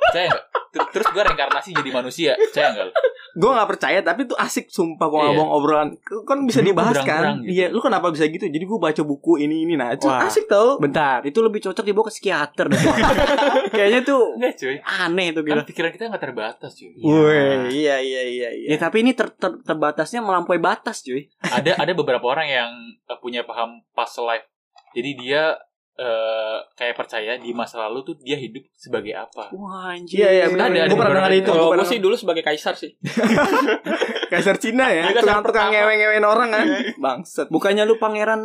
C: percaya nggak? Ter- Terus gue reinkarnasi jadi manusia, percaya nggak? lu?
B: Gue nggak percaya tapi tuh asik sumpah kalau
C: Iya.
B: ngomong obrolan kan bisa
C: Dulu
B: dibahas
C: kurang-kurang
B: kan.
C: gitu.
B: Iya, lu kenapa bisa gitu? Jadi gue baca buku ini ini nah itu
A: Wah.
B: asik tau.
A: Bentar, itu lebih cocok dibawa ke psikiater deh. Kayaknya tuh
C: Enggak cuy.
A: aneh tuh
C: Kan
A: gila.
C: pikiran kita nggak terbatas cuy.
A: Iya.
B: Woi, iya iya iya iya.
A: Ya tapi ini ter- ter- terbatasnya melampaui batas cuy.
C: ada ada beberapa orang yang eh, punya paham past life. Jadi dia eh, kayak percaya di masa lalu tuh dia hidup sebagai apa.
A: Wah anjir.
B: Iya iya benar.
C: Ada, ada
B: Gue pernah
C: beberapa
B: dengar
C: yang-
B: itu.
C: Kalau
B: Gue
D: Kalau
B: pernah
D: gue sih dulu sebagai kaisar sih.
B: Kaisar Cina ya,
D: Dia kan
B: tukang-tukang
D: pertama.
B: ngewe-ngewein orang kan. Bangset.
A: Bukannya lu pangeran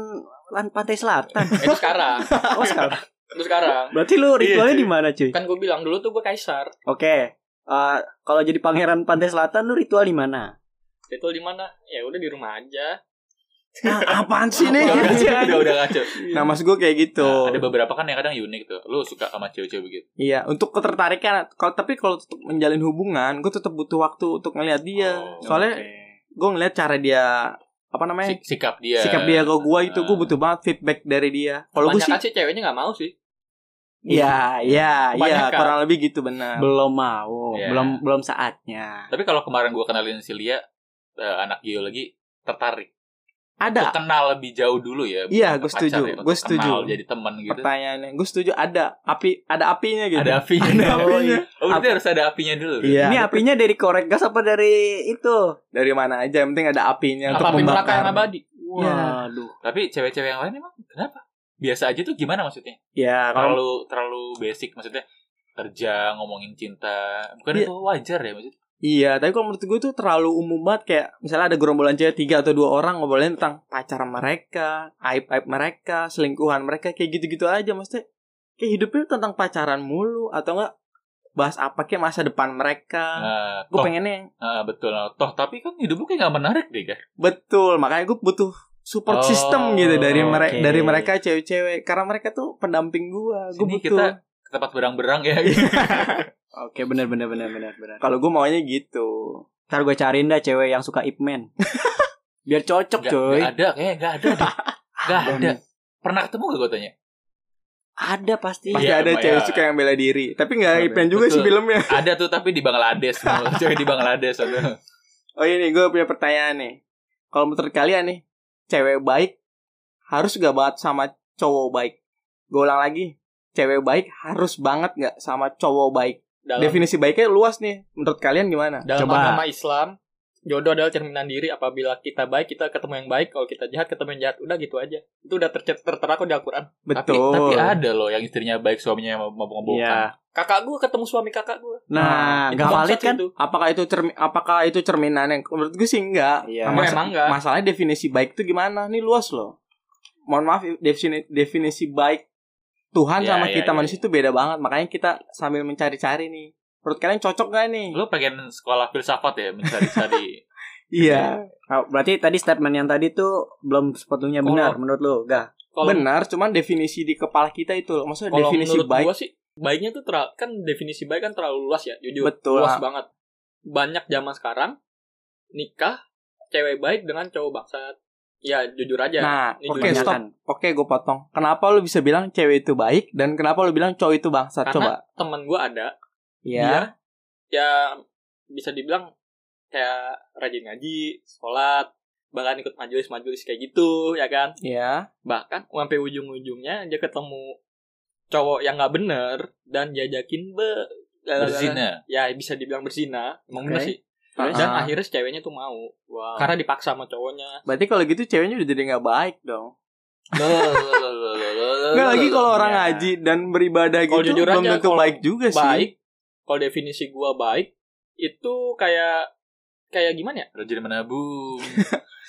A: lan pantai selatan.
D: Itu sekarang.
A: Oh, sekarang.
D: Itu sekarang.
A: Berarti
B: Iya,
A: lu ritualnya
C: cuy.
A: di mana cuy? Oke.
D: Kan gue bilang dulu tuh gue kaisar.
A: Eh, kalau jadi pangeran pantai selatan lu ritual di mana?
D: Itu di mana? Ya udah di rumah aja.
B: Ah, apaan sih nih?
C: Udah udah, udah ngaco.
B: Nah, mas gue kayak gitu.
C: Nah, ada beberapa kan yang kadang unik tuh. Lu suka sama cewek-cewek begitu.
B: Iya, untuk ketertarikan. Kalau tapi kalau untuk menjalin hubungan, gue tetap butuh waktu untuk ngelihat dia.
C: Oh,
B: Iya, Soalnya
C: oke.
B: gue ngelihat cara dia apa namanya
C: Sik- iya. sikap dia.
B: sikap dia ke gue itu gue
C: Ah.
B: butuh banget feedback dari dia. Kalau gue sih,
D: Kebanyakan sih ceweknya nggak mau sih.
B: iya iya iya
D: Kebanyakan.
B: kurang lebih gitu benar.
A: Belum mau,
C: Iya.
A: belum belum saatnya.
C: Tapi kalau kemarin gua kenalin si Lia eh, anak geologi tertarik.
B: Ada
C: Untuk kenal lebih jauh dulu ya. bukan
B: Iya, gua
C: pacar
B: setuju.
C: ya. Untuk
B: Gua setuju.
C: Kenal jadi teman gitu.
B: pertanyaannya, gue setuju ada api ada apinya gitu.
C: Ada apinya.
B: Ada apinya.
C: Oh, berarti harus ada apinya dulu. gitu.
B: Iya.
A: ini
B: ada-
A: apinya dari korek gas apa dari itu?
B: dari mana aja yang penting ada apinya
C: Apa
B: untuk
D: Tapi
C: api
B: membakar.
D: neraka yang abadi.
A: Ya. Waduh.
C: Tapi cewek-cewek yang lain emang kenapa? Biasa aja tuh gimana maksudnya?
B: Ya kalau
C: Terlalu terlalu basic maksudnya kerja ngomongin cinta bukan
B: Iya.
C: itu wajar ya maksudnya
B: iya, tapi kalau menurut gue itu terlalu umum banget kayak misalnya ada gerombolan cewek tiga atau dua orang ngobrolin tentang pacar mereka, aib aib mereka, selingkuhan mereka kayak gitu-gitu aja maksudnya. Kayak hidupnya tentang pacaran mulu atau enggak bahas apa kayak masa depan mereka.
C: Nah,
A: oh.
B: Gue
C: toh,
B: pengennya yang
C: ah, betul Nah, toh tapi kan hidup lu kayak gak menarik deh kan
B: betul, makanya gue butuh support
C: Oh,
B: system gitu dari mereka
A: oke.
B: dari mereka cewek-cewek karena mereka tuh pendamping gue. Gue
C: Sini
B: butuh.
C: kita ke tempat berang-berang ya
D: Iya,
C: gitu.
A: Oke, benar benar benar benar benar.
B: Kalau gue maunya gitu.
A: Ntar gue cariin dah cewek yang suka Ip Man. Biar cocok
C: Nggak-
A: coy.
C: nggak ada kayaknya gak ada deh. Nggak ada pernah ketemu gak gue tanya
A: Ada pasti.
B: Pasti
C: Iya,
B: ada
C: Mbak,
B: cewek
C: ya.
B: suka yang bela diri, tapi nggak
A: Betul.
B: ipen juga sih
C: Betul.
B: filmnya.
C: ada tuh tapi di Bangladesh mau cewek di Bangladesh ada
B: Oh ini gue punya pertanyaan nih. Kalau menurut kalian nih, cewek baik harus gak banget sama cowok baik? Gue ulang lagi, cewek baik harus banget nggak sama cowok baik?
D: Dalam,
B: Definisi baiknya luas nih. Menurut kalian gimana?
D: dalam
A: Coba.
D: agama Islam, jodoh adalah cerminan diri. Apabila kita baik, kita ketemu yang baik. Kalau kita jahat, ketemu yang jahat. Udah gitu aja. Itu udah tercet- tertera kok di Al-Quran.
C: tapi
B: Betul.
C: tapi ada loh yang istrinya baik suaminya mau mau
A: Iya.
C: membohongkan
D: Kakak gue ketemu suami kakak gue.
A: Nah,
D: Itu
A: gak
D: bangsat
A: valid
D: sih
A: kan?
D: itu.
B: Apakah itu cermin? Apakah itu cerminannya? Menurut gue sih enggak.
A: Iya.
B: Nah, masa-
D: Emang enggak.
B: Masalahnya definisi baik itu gimana? Nih luas loh. Mohon maaf definisi definisi baik Tuhan
D: Ya,
C: Iya,
B: sama
C: iya,
B: kita
C: iya.
B: manusia itu beda banget. Makanya kita sambil mencari-cari nih. Menurut kalian cocok gak nih?
D: Iya.
C: lu pengen sekolah filsafat ya mencari-cari
B: Iya.
A: Oh, berarti tadi statement yang tadi tuh belum sepatunya
B: Oh.
A: benar menurut lu, Gah?
D: Kalau
B: Benar, cuman definisi di kepala kita itu loh. Maksudnya
D: kalau
B: definisi
D: menurut
B: baik
D: gue sih, baiknya tuh terlalu, kan definisi baik kan terlalu luas ya. Jujur.
B: betul. ah.
D: luas
B: lah.
D: banget banyak zaman sekarang nikah cewek baik dengan cowok bangsat ya jujur aja
B: Nah,
D: Ini
B: oke
D: jujur.
B: stop. Oke, gue potong. Kenapa lu bisa bilang cewek itu baik dan kenapa lu bilang cowok itu bangsat?
D: Karena-
B: Coba.
D: temen gue ada dia
B: Iya.
D: ya bisa dibilang kayak rajin ngaji sholat bahkan ikut majelis-majelis kayak gitu ya kan
B: Iya.
D: bahkan sampai ujung-ujungnya dia ketemu cowok yang nggak bener dan diajakin be
C: berzina
D: ya bisa dibilang berzina emang bener
A: Oke.
D: sih
B: Terus?
D: dan
B: Ah.
D: akhirnya si ceweknya tuh mau
A: Wow.
D: karena dipaksa sama cowoknya
B: Berarti kalau gitu ceweknya udah jadi nggak baik dong. Nggak
C: Enggak
B: lagi kalau orang
A: Iya.
B: ngaji dan beribadah
D: Eh, Kalau
B: gitu
D: jujur
B: belum
D: aja,
B: tentu
D: kalau
B: baik juga sih.
D: baik kalau definisi gua baik itu kayak kayak gimana ya
C: rajin menabung,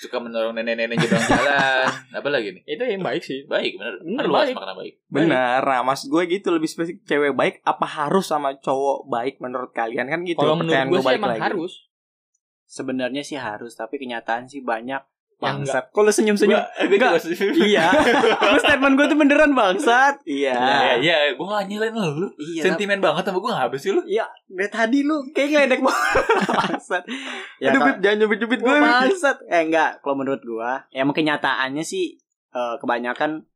C: suka menolong nenek-nenek jalan jalan, apa lagi nih?
D: itu yang baik sih
C: Baik bener,
D: Bener,
C: Kan luas
D: baik.
C: makna baik.
B: Benar, nah, mas gue gitu lebih spesifik cewek baik apa harus sama cowok baik menurut kalian kan gitu?
D: kalau menurut
B: pertanyaan
D: gua sih
B: balik
D: emang
B: lagi.
D: harus
A: Sebenarnya sih harus, tapi kenyataan sih banyak.
D: Ya, enggak.
B: Bangsat, kok lu senyum-senyum?
C: Enggak.
A: iya. Lu statement gue tuh beneran bangsat.
C: Ya,
D: Nah.
B: Iya.
C: ya, gue gak nyelain lu.
A: Iya.
C: Sentimen banget sama gue gak habis sih lu.
A: Iya, dari tadi lu kayak ngeledek banget. bangsat. Ya,
B: Aduh,
A: kalau-
B: Bib, jangan nyubit-nyubit gue.
A: Wah, bangsat. Eh enggak, kalau menurut gua, ya emang kenyataannya sih eh, kebanyakan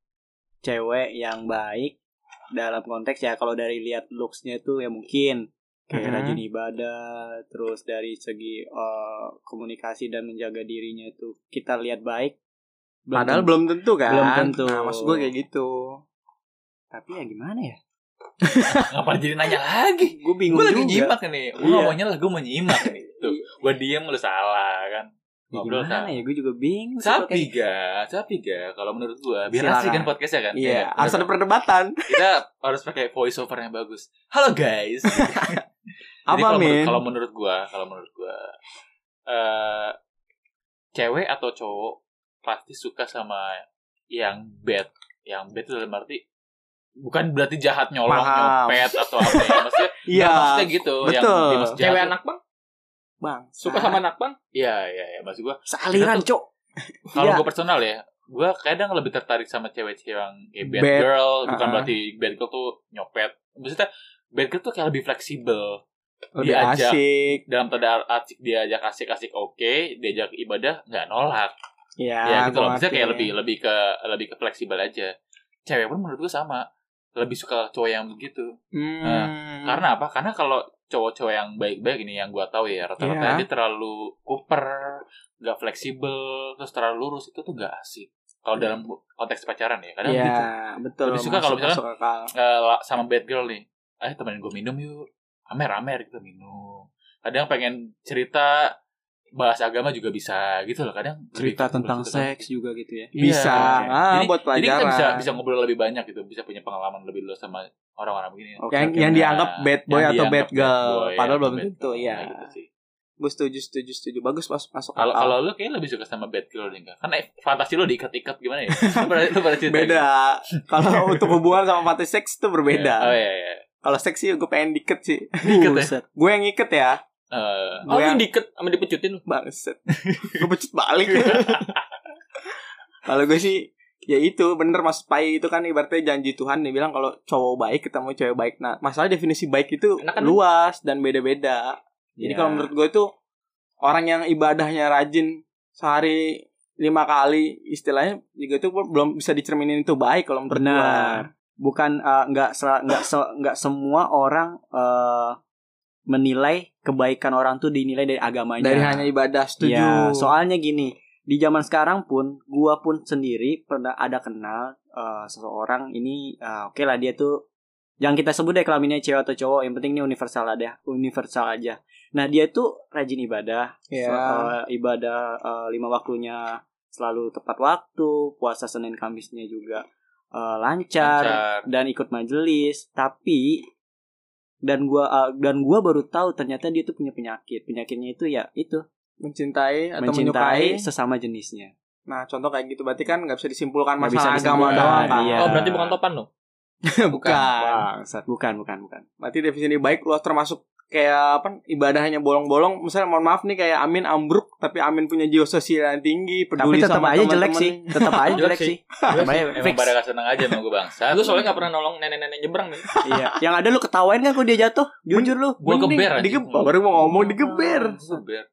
A: cewek yang baik dalam konteks ya kalau dari lihat looks-nya tuh ya mungkin kayak
B: Mhm.
A: rajin ibadah terus dari segi eh, komunikasi dan menjaga dirinya itu kita lihat baik
B: Padahal
A: tentu.
B: belum tentu kan.
A: Belum tentu.
B: Nah, maksud gue kayak gitu.
A: tapi ya gimana ya
C: Ngapain jadi nanya lagi?
A: gue bingung
C: Gue lagi
A: juga
C: nyimak nih. Gue
A: Iya.
C: ngomongnya lah, gue mau nyimak nih. Tuh, gue diem lu salah kan.
A: Ya
C: Ngobrol
A: gimana
C: salah.
A: ya gue juga bingung sih kok
C: Tapi
A: kayak-
C: ga, tapi ga. Kalau menurut gua, biar
B: Silakan.
C: asli kan podcastnya kan.
B: Iya,
C: kan?
B: harus ada perdebatan.
C: kita harus pakai voice over yang bagus. Halo guys. Jadi
B: Apa,
C: kalau menurut-
B: Min?
C: Kalau menurut gua, kalau menurut gua eh cewek atau cowok pasti suka sama yang bad. Yang bad itu dalam arti bukan berarti jahat nyolong,
B: Paham.
C: nyopet atau apa ya. Maksudnya,
B: Iya.
C: maksudnya gitu. Yang
B: betul.
C: dimaksud jahat
D: Cewek
C: tuh-
D: anak bang?
B: Bang,
D: Suka sama anak bang?
C: Iya, iya, iya. Maksud gua,
A: sealiran
C: Kita
A: cok
C: kalau
A: Iya.
C: gua personal ya, gua kadang lebih tertarik sama cewek-cewek yang eh, bad,
B: Bad.
C: girl. Bukan
B: Uh-uh.
C: berarti bad girl tuh nyopet. Maksudnya, bad girl tuh kayak lebih fleksibel.
B: lebih
C: diajak.
B: asik.
C: dalam tanda asik diajak asik asik oke diajak ibadah nggak nolak
B: Ya,
C: ya gitu
B: gua
C: loh Maksudnya
B: ngerti.
C: kayak lebih lebih ke lebih ke fleksibel aja cewek pun menurut gue sama lebih suka cowok yang begitu
B: Hmm.
C: Nah, karena apa karena kalau cowok-cowok yang baik-baik ini yang gua tahu ya rata-rata
B: Iya.
C: dia terlalu kuper nggak fleksibel terus terlalu lurus itu tuh nggak asik kalau dalam konteks pacaran ya kadang
B: Iya,
C: begitu
B: betul.
C: Lebih suka kalau
B: Masuk-
C: misalkan-
B: masuk akal.
C: Eh, la- sama bad girl nih eh temenin gue minum yuk amer amer gitu minum kadang pengen cerita bahas agama juga bisa gitu loh kadang
A: cerita
C: lebih-
A: tentang
C: lebih-
A: seks juga gitu ya
C: Iya.
B: Bisa. Ah,
C: Jadi-
B: buat
C: jadi kita
B: pelajaran.
C: bisa bisa ngobrol lebih banyak gitu bisa punya pengalaman lebih luas sama orang-orang begini Nah,
A: Oke,
B: yang
A: oke, benar.
B: yang dianggap bad boy
C: Yang
B: atau bad
C: dianggap
B: girl,
C: boy
B: padahal
C: atau
B: belum
C: bad
B: tentu,
C: girl,
B: iya.
C: gitu sih.
B: Gue setuju, setuju, setuju. Bagus, masuk, masuk
C: Kalau
B: akal.
C: kalau lu kayak lebih suka sama bad girl nih Kak. Karena fantasi lu diikat-ikat gimana ya? Lu pernah lu pernah cerita gitu?
B: beda. kalau untuk hubungan sama fantasi seks itu
C: Oh
B: berbeda.
C: iya iya.
B: Kalau seks sih gue pengen diket sih.
C: Diikat ya.
A: Buset.
B: Gue yang ngiket ya.
C: Eh,
D: Oh,
B: Gua-
D: lu diket sama dipecutin lu.
B: Bangset. gue pecut balik. kalau gue sih ya itu bener Mas Pai itu kan ibaratnya janji Tuhan dia bilang kalau cowok baik ketemu cewek baik. Nah, masalah definisi baik itu
D: Enak kan?
B: luas dan beda-beda. Jadi
A: Ya.
B: kalau menurut gue itu orang yang ibadahnya rajin sehari lima kali istilahnya juga itu belum bisa dicerminin itu baik kalau menurut ah, gue.
A: Benar. bukan eh, nggak sel- nggak se- nggak semua orang eh, menilai kebaikan orang tuh dinilai dari agamanya
B: Dari hanya ibadah setuju.
A: Ya, soalnya gini, di zaman sekarang pun gua pun sendiri pernah ada kenal eh, seseorang ini eh, oke lah dia tuh yang kita sebut deh kelaminnya cewek atau cowok, yang penting ini universal ada, universal aja. Nah, dia tuh rajin ibadah,
B: Ya.
A: So, eh, ibadah eh, lima waktunya selalu tepat waktu, puasa Senin Kamisnya juga eh,
B: Iya,
A: lancar
C: lancar.
A: dan ikut majelis tapi dan gua uh, dan gua baru tahu ternyata dia tuh punya penyakit penyakitnya itu ya itu
B: mencintai atau menyukai
A: mencintai sesama jenisnya
B: Nah, contoh kayak gitu berarti kan nggak bisa disimpulkan
A: Nggak
B: masalah
A: bisa
B: agama
A: disimpulkan,
C: Nah,
B: doang kan?
A: iya.
D: Oh, berarti bukan topan lo.
B: bukan.
A: Bangsat. bukan bukan bukan
B: Berarti definisi baik luas termasuk kayak apa ibadahnya bolong-bolong misalnya mohon maaf nih kayak Amin ambruk tapi Amin punya jiwa sosial yang tinggi
A: tapi
B: peduli
A: tetap
B: sama
A: aja
B: teman-teman.
A: jelek sih tetap aja
D: Jelek
A: jelek
D: sih.
A: sih tetap aja
C: Emang
A: fix
C: pada gak seneng aja sama gue bangsa.
D: Lu soalnya gak pernah nolong nenek-nenek nyebrang nih.
A: iya yang ada lu ketawain kan kok dia jatuh jujur lu
C: Gua
B: Mending
C: keber anjing.
B: digeber baru mau ngomong digeber
C: Gua keber.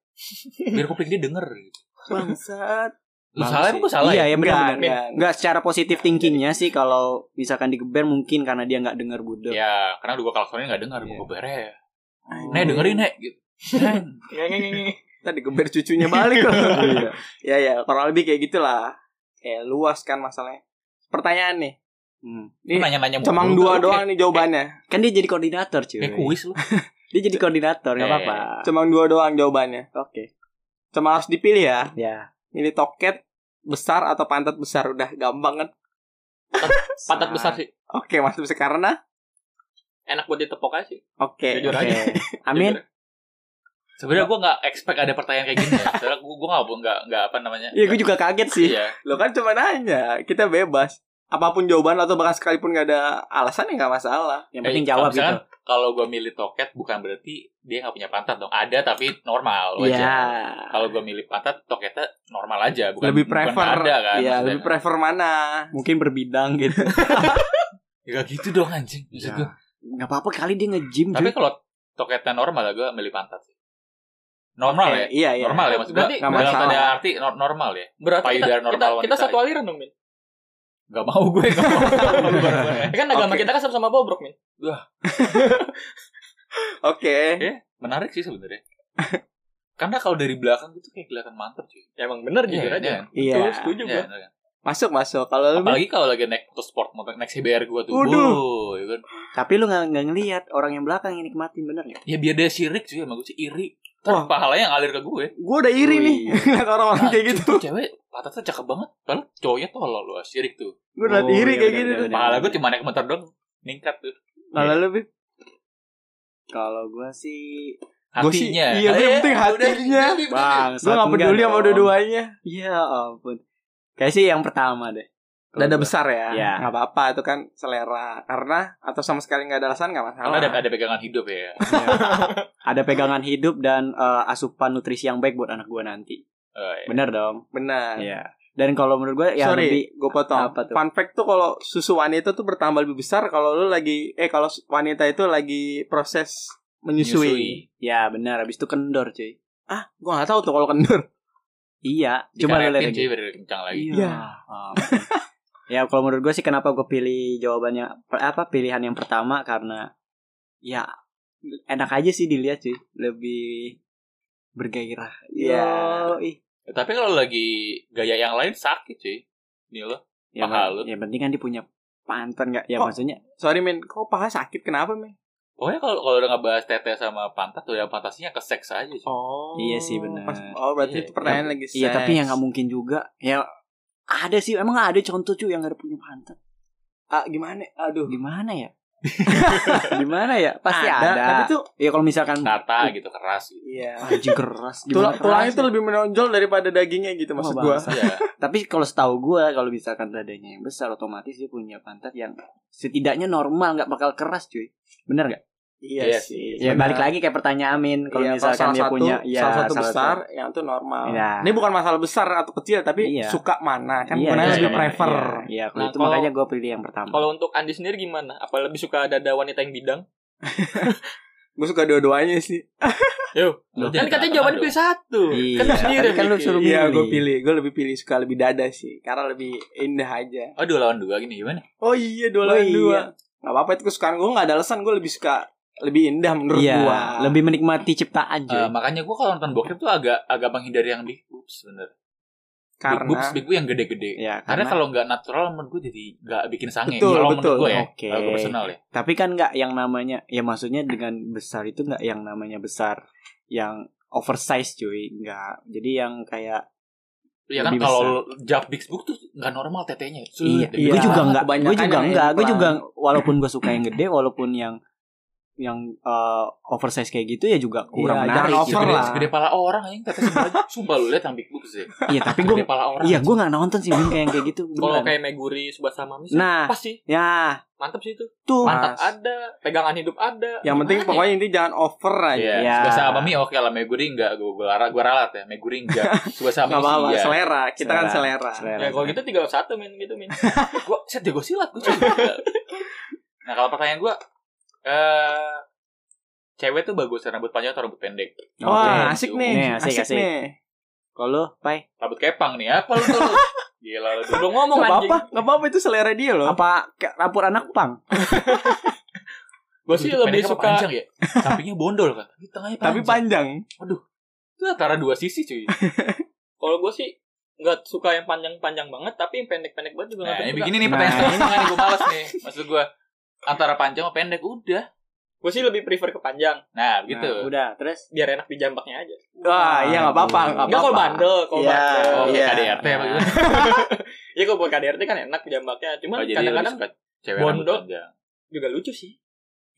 C: Biar kuping dia denger gitu.
B: bangsat
C: Lu
A: Bagus
C: salah
A: sih.
C: emang gue salah
A: iya
C: ya?
A: ya benar benar
B: Enggak, enggak.
A: Enggak secara positif thinkingnya sih kalau misalkan digeber mungkin karena dia nggak dengar budek.
C: Ya, karena dulu gue kalsonnya gak denger, gue
B: Iya.
C: keber ya. Nek
A: Nah,
B: Nih,
C: dengerin Nek gitu. Nek.
D: Nge nge nge, nge.
B: tadi geber
A: Ya,
B: cucunya balik loh
A: Iya.
B: ya ya kurang lebih kayak gitulah kayak luas kan masalahnya pertanyaan nih
A: Hmm.
C: Lu nanya-nanya mulu.
B: cemang
C: Lu
B: dua
C: kayak-
B: doang nih jawabannya
A: Kan dia jadi koordinator cuy.
C: Kayak kuis lu.
A: Dia jadi koordinator nggak
C: Eh.
A: apa-apa.
B: cemang dua doang jawabannya
A: Ah. Oke.
B: cuma harus dipilih ya
A: Ya.
B: milih toket besar atau pantat besar udah gampang kan
D: Pantat besar sih.
B: oke mas bisa karena
D: Enak buat ditepok aja sih.
B: oke
D: Jujur aja.
A: Ya, Amin.
D: Jujur.
C: Sebenarnya gue gak expect ada pertanyaan kayak gini ya. Soalnya gue gue gak, gak, gak apa namanya.
A: Iya, gue juga kaget sih.
C: Iya.
B: lo kan cuma nanya kita bebas apapun jawaban atau bahkan sekalipun gak ada alasan ya nggak masalah
A: Yang
C: Eh,
A: penting
C: kalau
A: jawab
C: misalkan
A: gitu.
C: Kalau gue milih toket bukan berarti dia gak punya pantat dong. Ada tapi normal
A: Iya.
C: wajar.
B: Ah,
C: Kalau gue milih pantat, toketnya normal aja. Bukan,
B: lebih
C: bukan
B: prefer
C: ada kan.
B: iya
C: maksudnya.
B: lebih prefer mana
A: Mungkin berbidang gitu.
C: Ya gak gitu dong anjing.
B: Iya.
C: Maksud gua.
A: Enggak apa-apa kali dia nge-gym
C: Tapi
A: cuy.
C: kalau toketnya normal gue milih pantat sih. Normal ya?
B: Oke, iya iya
C: Normal ya maksud gue.
D: Berarti
B: Nggak
C: Dalam
B: masalah.
C: tanda arti no- normal ya.
D: Berarti kita,
C: Payudara
D: kita,
C: normal
D: kita
C: wanita
D: satu aliran dong, Min.
C: Gak mau gue. Gak mau.
D: Ya kan agama
B: Oke.
D: kita kan sama-sama bobrok, Min.
B: Oke.
C: Menarik sih sebenarnya. Karena kalau dari belakang itu kayak kelihatan mantep cuy.
D: Ya, emang bener jujur
C: Iya,
D: aja.
C: iya.
D: Betul,
A: Iya.
D: setuju
C: Iya,
D: gua.
C: bener kan?
B: Masuk masuk. Kalau lebih
C: Apalagi kalau lagi naik motorsport, motor naik CBR gua tuh.
B: Waduh.
C: Waduh. Ya, kan?
A: Tapi lu nggak nggak ngelihat orang yang belakang yang nikmatin bener nggak?
C: ya biar dia sirik cuy sama gue sih iri. Terus pahalanya ngalir ke gue.
B: gue udah iri nih ngeliat orang-orang
C: Nah,
B: kayak
C: cuy,
B: gitu.
C: tuh cewek pantatnya cakep banget. Padahal cowoknya tolol loh, sirik tuh.
B: Gue udah
A: Oh, iya,
B: iri kayak
A: bener,
B: gitu.
A: bener, bener.
C: Pahala gue cuma naik motor dong ningkat tuh.
B: Kalau lebih
A: Kalau gua sih
B: Gua sih-
C: Hatinya. Nah,
B: iya, gua yang penting
C: udah, udah,
B: hatinya.
C: udah, udah.
A: bang,
B: gue gak peduli sama dua-duanya.
A: Ya ampun. Kayak sih yang pertama deh. Kalau
B: Dada
A: gua.
B: besar ya.
A: Iya.
B: Nggak apa-apa itu kan selera. Karena atau sama sekali nggak ada alasan nggak masalah.
C: Karena ada, ada pegangan hidup ya.
A: Ada pegangan hidup dan eh, asupan nutrisi yang baik buat anak gua nanti.
C: Oh, iya.
A: Bener dong.
B: Benar.
A: Iya. Dan kalau menurut gua yang lebih
B: Sorry, gue potong.
A: Apa tuh?
B: Fun fact Ya, tuh kalau susu wanita tuh bertambah lebih besar kalau lu lagi eh kalau wanita itu lagi proses menyusui.
A: ya benar habis itu kendor cuy.
B: Ah, gue nggak tahu tuh kalau kendur.
A: Iya, coba
C: Coba
A: lu lihat
C: cuy
A: lagi.
C: biar kencang lagi.
B: Iya.
A: ampun. ya kalau menurut gue sih kenapa gue pilih jawabannya apa pilihan yang pertama karena ya enak aja sih dilihat sih lebih bergairah.
B: Iya.
A: Yoi.
C: Ya, tapi kalau lagi gaya yang lain sakit cuy. Ini lo.
A: Ya,
C: Mahal lu.
A: Yang penting kan dia punya pantan nggak? Ya
B: Kok-
A: maksudnya
B: Sorry men, kok paha sakit kenapa men?
C: Pokoknya kalau kalau udah ngebahas tete sama pantat udah fantasinya ke seks aja cuy.
B: Oh.
A: Iya sih, benar.
B: Pas- Oh, berarti
C: Iya,
B: itu pertanyaan lagi
A: iya
B: seks.
A: tapi yang nggak mungkin juga. Ya ada sih emang ada contoh cuy yang gak ada punya pantat.
B: Ah, gimana? Aduh.
A: Gimana ya? Gimana ya? Pasti
B: Ada,
A: ada.
B: tapi tuh
A: ya kalau misalkan
D: Oh.
C: Tata gitu keras gitu.
B: iya.
A: anjing keras
B: Tulang,
A: gimana
B: tulangnya
A: kerasnya?
B: tuh lebih menonjol daripada dagingnya gitu maksud
A: Oh,
B: gua.
A: bangsa.
C: Iya.
A: Tapi kalau setahu gue kalau misalkan dadanya yang besar otomatis dia punya pantat yang setidaknya normal nggak bakal keras cuy. Bener nggak?
C: Iya
A: Ya balik lagi kayak pertanyaan Amin kalau
B: Iya,
A: misalkan
B: salah
A: dia
B: satu,
A: punya ya
B: salah satu besar, yang itu normal.
A: Iya.
B: Ini bukan masalah besar atau kecil tapi
A: Iya.
B: suka mana kan
A: Iya,
B: bukan
A: iya,
B: lebih
A: iya,
B: prefer.
A: Iya, iya, kalau
D: Nah,
A: itu
D: kalau-
A: makanya gue pilih yang pertama.
D: Kalau untuk Andi sendiri gimana? Apa lebih suka dada wanita yang bidang?
B: Gue suka dua-duanya sih.
D: Yo,
C: Loh, jangan
D: kan katanya
C: tengah-tengah
D: jawabannya
C: dong.
D: pilih satu.
A: Iya,
D: Kan lu sendiri
A: tadi kan lu
D: yang
A: suruh
D: bikin.
B: Iya,
A: milih.
B: gue pilih. Gue lebih pilih suka lebih dada sih karena lebih indah aja.
C: Oh dua lawan dua gini gimana?
B: Oh iya, dua
A: Oh,
B: lawan
A: iya.
B: dua. Gak apa-apa itu kesukaan gue gak ada alasan gue lebih suka lebih indah menurut
A: Iya,
B: gua.
A: lebih menikmati ciptaan cuy.
C: Eh, makanya gue kalau nonton bokep tuh agak agak menghindari yang big boobs bener. Big boobs,
B: karena
C: big boobs yang gede-gede.
A: ya,
B: iya,
C: Karena, kalau nggak natural menurut gue jadi nggak bikin sange.
B: Betul,
C: kalau
B: betul.
C: menurut gue ya.
A: Oke.
C: Kalau gue personal ya.
A: Tapi kan nggak yang namanya ya maksudnya dengan besar itu nggak yang namanya besar yang oversize cuy, nggak. Jadi yang kayak
C: Iya kan
A: Lebih
C: kalau jab big boobs tuh nggak normal
A: iya,
C: tetenya. Sulit,
A: gue
C: gede
A: juga nggak,
C: banget.
A: gue
B: kebanyakan
A: juga
B: yang
A: nggak, gue
B: implan.
A: juga walaupun gue suka yang gede, walaupun yang yang eh, oversize kayak gitu ya juga kurang
B: Iya,
A: menarik.
B: jangan
A: gitu.
B: over
C: segede,
B: lah.
C: segede pala orang anjing tete sebelah. Sumpah lu lihat yang big boobs ya.
A: Iya, tapi gue
C: Segede pala orang.
A: Iya, gue nggak nonton sih Bin, kayak yang kayak gitu.
B: Oh,
A: beneran.
D: Kalau kayak Meguri Subasama sih
A: Nah.
D: pas sih.
A: Ya,
D: Mantap sih itu.
A: tuh.
B: Mas.
D: Pantat ada, pegangan hidup ada.
B: yang penting
D: Gimana
B: pokoknya ini jangan over aja.
C: Iya,
A: Iya.
C: Subasa Amami oke lah Meguri enggak gue gue ralat gue ralat ya Meguri enggak
B: Gak
C: Subasa
B: apa-apa,
C: Amami iya.
B: selera. Kita kan selera.
D: ya? Ya kalau gitu 301 men gitu men.
C: Gue set deh gue silat gue coba. Nah kalau pertanyaan gue eh cewek tuh bagus ya, rambut panjang atau rambut pendek?
B: Wah, asik nih.
A: Nih, asik,
B: asik,
A: asik.
B: nih.
A: Kalau Pai,
C: Rambut kepang nih apa lu tuh? lu? Gila lu.
D: Udah ngomong
B: Gak
D: anjing.
B: apa-apa, gak apa-apa itu selera dia loh.
A: apa kayak rapor anak pang?
D: Gue sih
C: Rambut pendek
D: lebih
C: apa
D: suka
C: panjang ya. Sampingnya bondol kan. Di tengahnya panjang.
B: Tapi panjang.
C: itu antara dua sisi cuy.
D: kalau gue sih nggak suka yang panjang-panjang banget tapi yang pendek-pendek banget juga nggak
C: Nah, ini
D: suka.
C: begini nih pertanyaan selanjutnya nih gue males nih. Maksud gue antara panjang atau pendek udah.
D: Gue sih lebih prefer ke panjang
C: Nah, begitu.
A: Udah, terus
D: biar enak dijambaknya aja.
B: Wah, iya gak apa-apa, gak
D: Enggak kalau
B: apa-apa.
D: bandel, kalau
B: Iya.
D: bandel.
C: Oh,
B: Iya.
C: kayak KDRT apa
A: Nah.
C: gimana?
D: Ya kalau buat KDRT kan enak jambaknya. Cuman
C: Oh, jadi
D: kadang-kadang
C: lebih suka cewek
D: bondol.
C: rambut panjang.
D: juga lucu sih.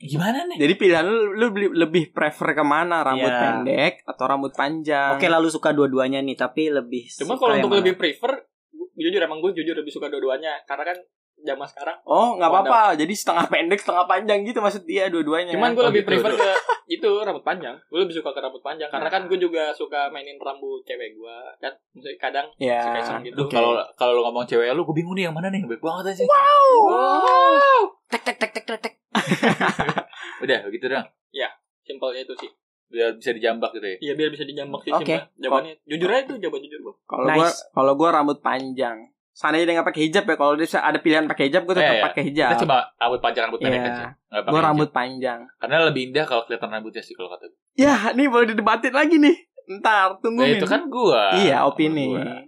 C: Gimana nih?
B: Jadi pilihan lu, lu beli- lebih prefer kemana? Rambut
A: Iya.
B: pendek atau rambut panjang?
A: Oke lalu suka dua-duanya nih tapi lebih
D: Cuman
A: suka
D: kalau
A: yang
D: untuk
A: mana?
D: lebih prefer, gua- jujur emang gue jujur lebih suka dua-duanya. Karena kan zaman sekarang.
B: Oh, nggak apa-apa. Jadi setengah pendek, setengah panjang gitu maksud dia dua-duanya.
D: Cuman gue
C: Oh,
D: lebih
C: gitu, gitu.
D: prefer ke itu rambut panjang. Gue lebih suka ke rambut panjang. Karena
B: Nah.
D: kan gue juga suka mainin rambut cewek gue. Kan maksudnya kadang
B: ya.
D: suka iseng gitu.
C: Aduh, kalau kalau lu ngomong cewek lu, gue bingung nih yang mana nih, baik banget aja.
B: Wow.
A: tek tek tek tek tek tek.
C: Udah, begitu dong.
D: Simpelnya itu sih.
C: Biar bisa dijambak gitu ya.
D: Iya biar bisa dijambak sih.
A: Oke.
D: simpel. Jawabannya jujur aja itu jawaban jujur gue.
B: Kalau
A: Nice.
B: gua kalau gua rambut panjang. seandainya dia nggak pakai hijab ya kalau dia bisa ada pilihan pakai hijab gue tetap
C: Iya, iya.
B: pakai hijab
C: Kita coba rambut panjang rambut pendek
B: Iya.
C: aja. Nggak pakai
B: gue
C: hijab.
B: rambut panjang
C: Karena lebih indah kalau kelihatan rambutnya sih kalau kata gue.
B: ya ini boleh didebatin lagi nih ntar tunggu
C: Nah, itu kan gua.
B: iya opini
C: Gua.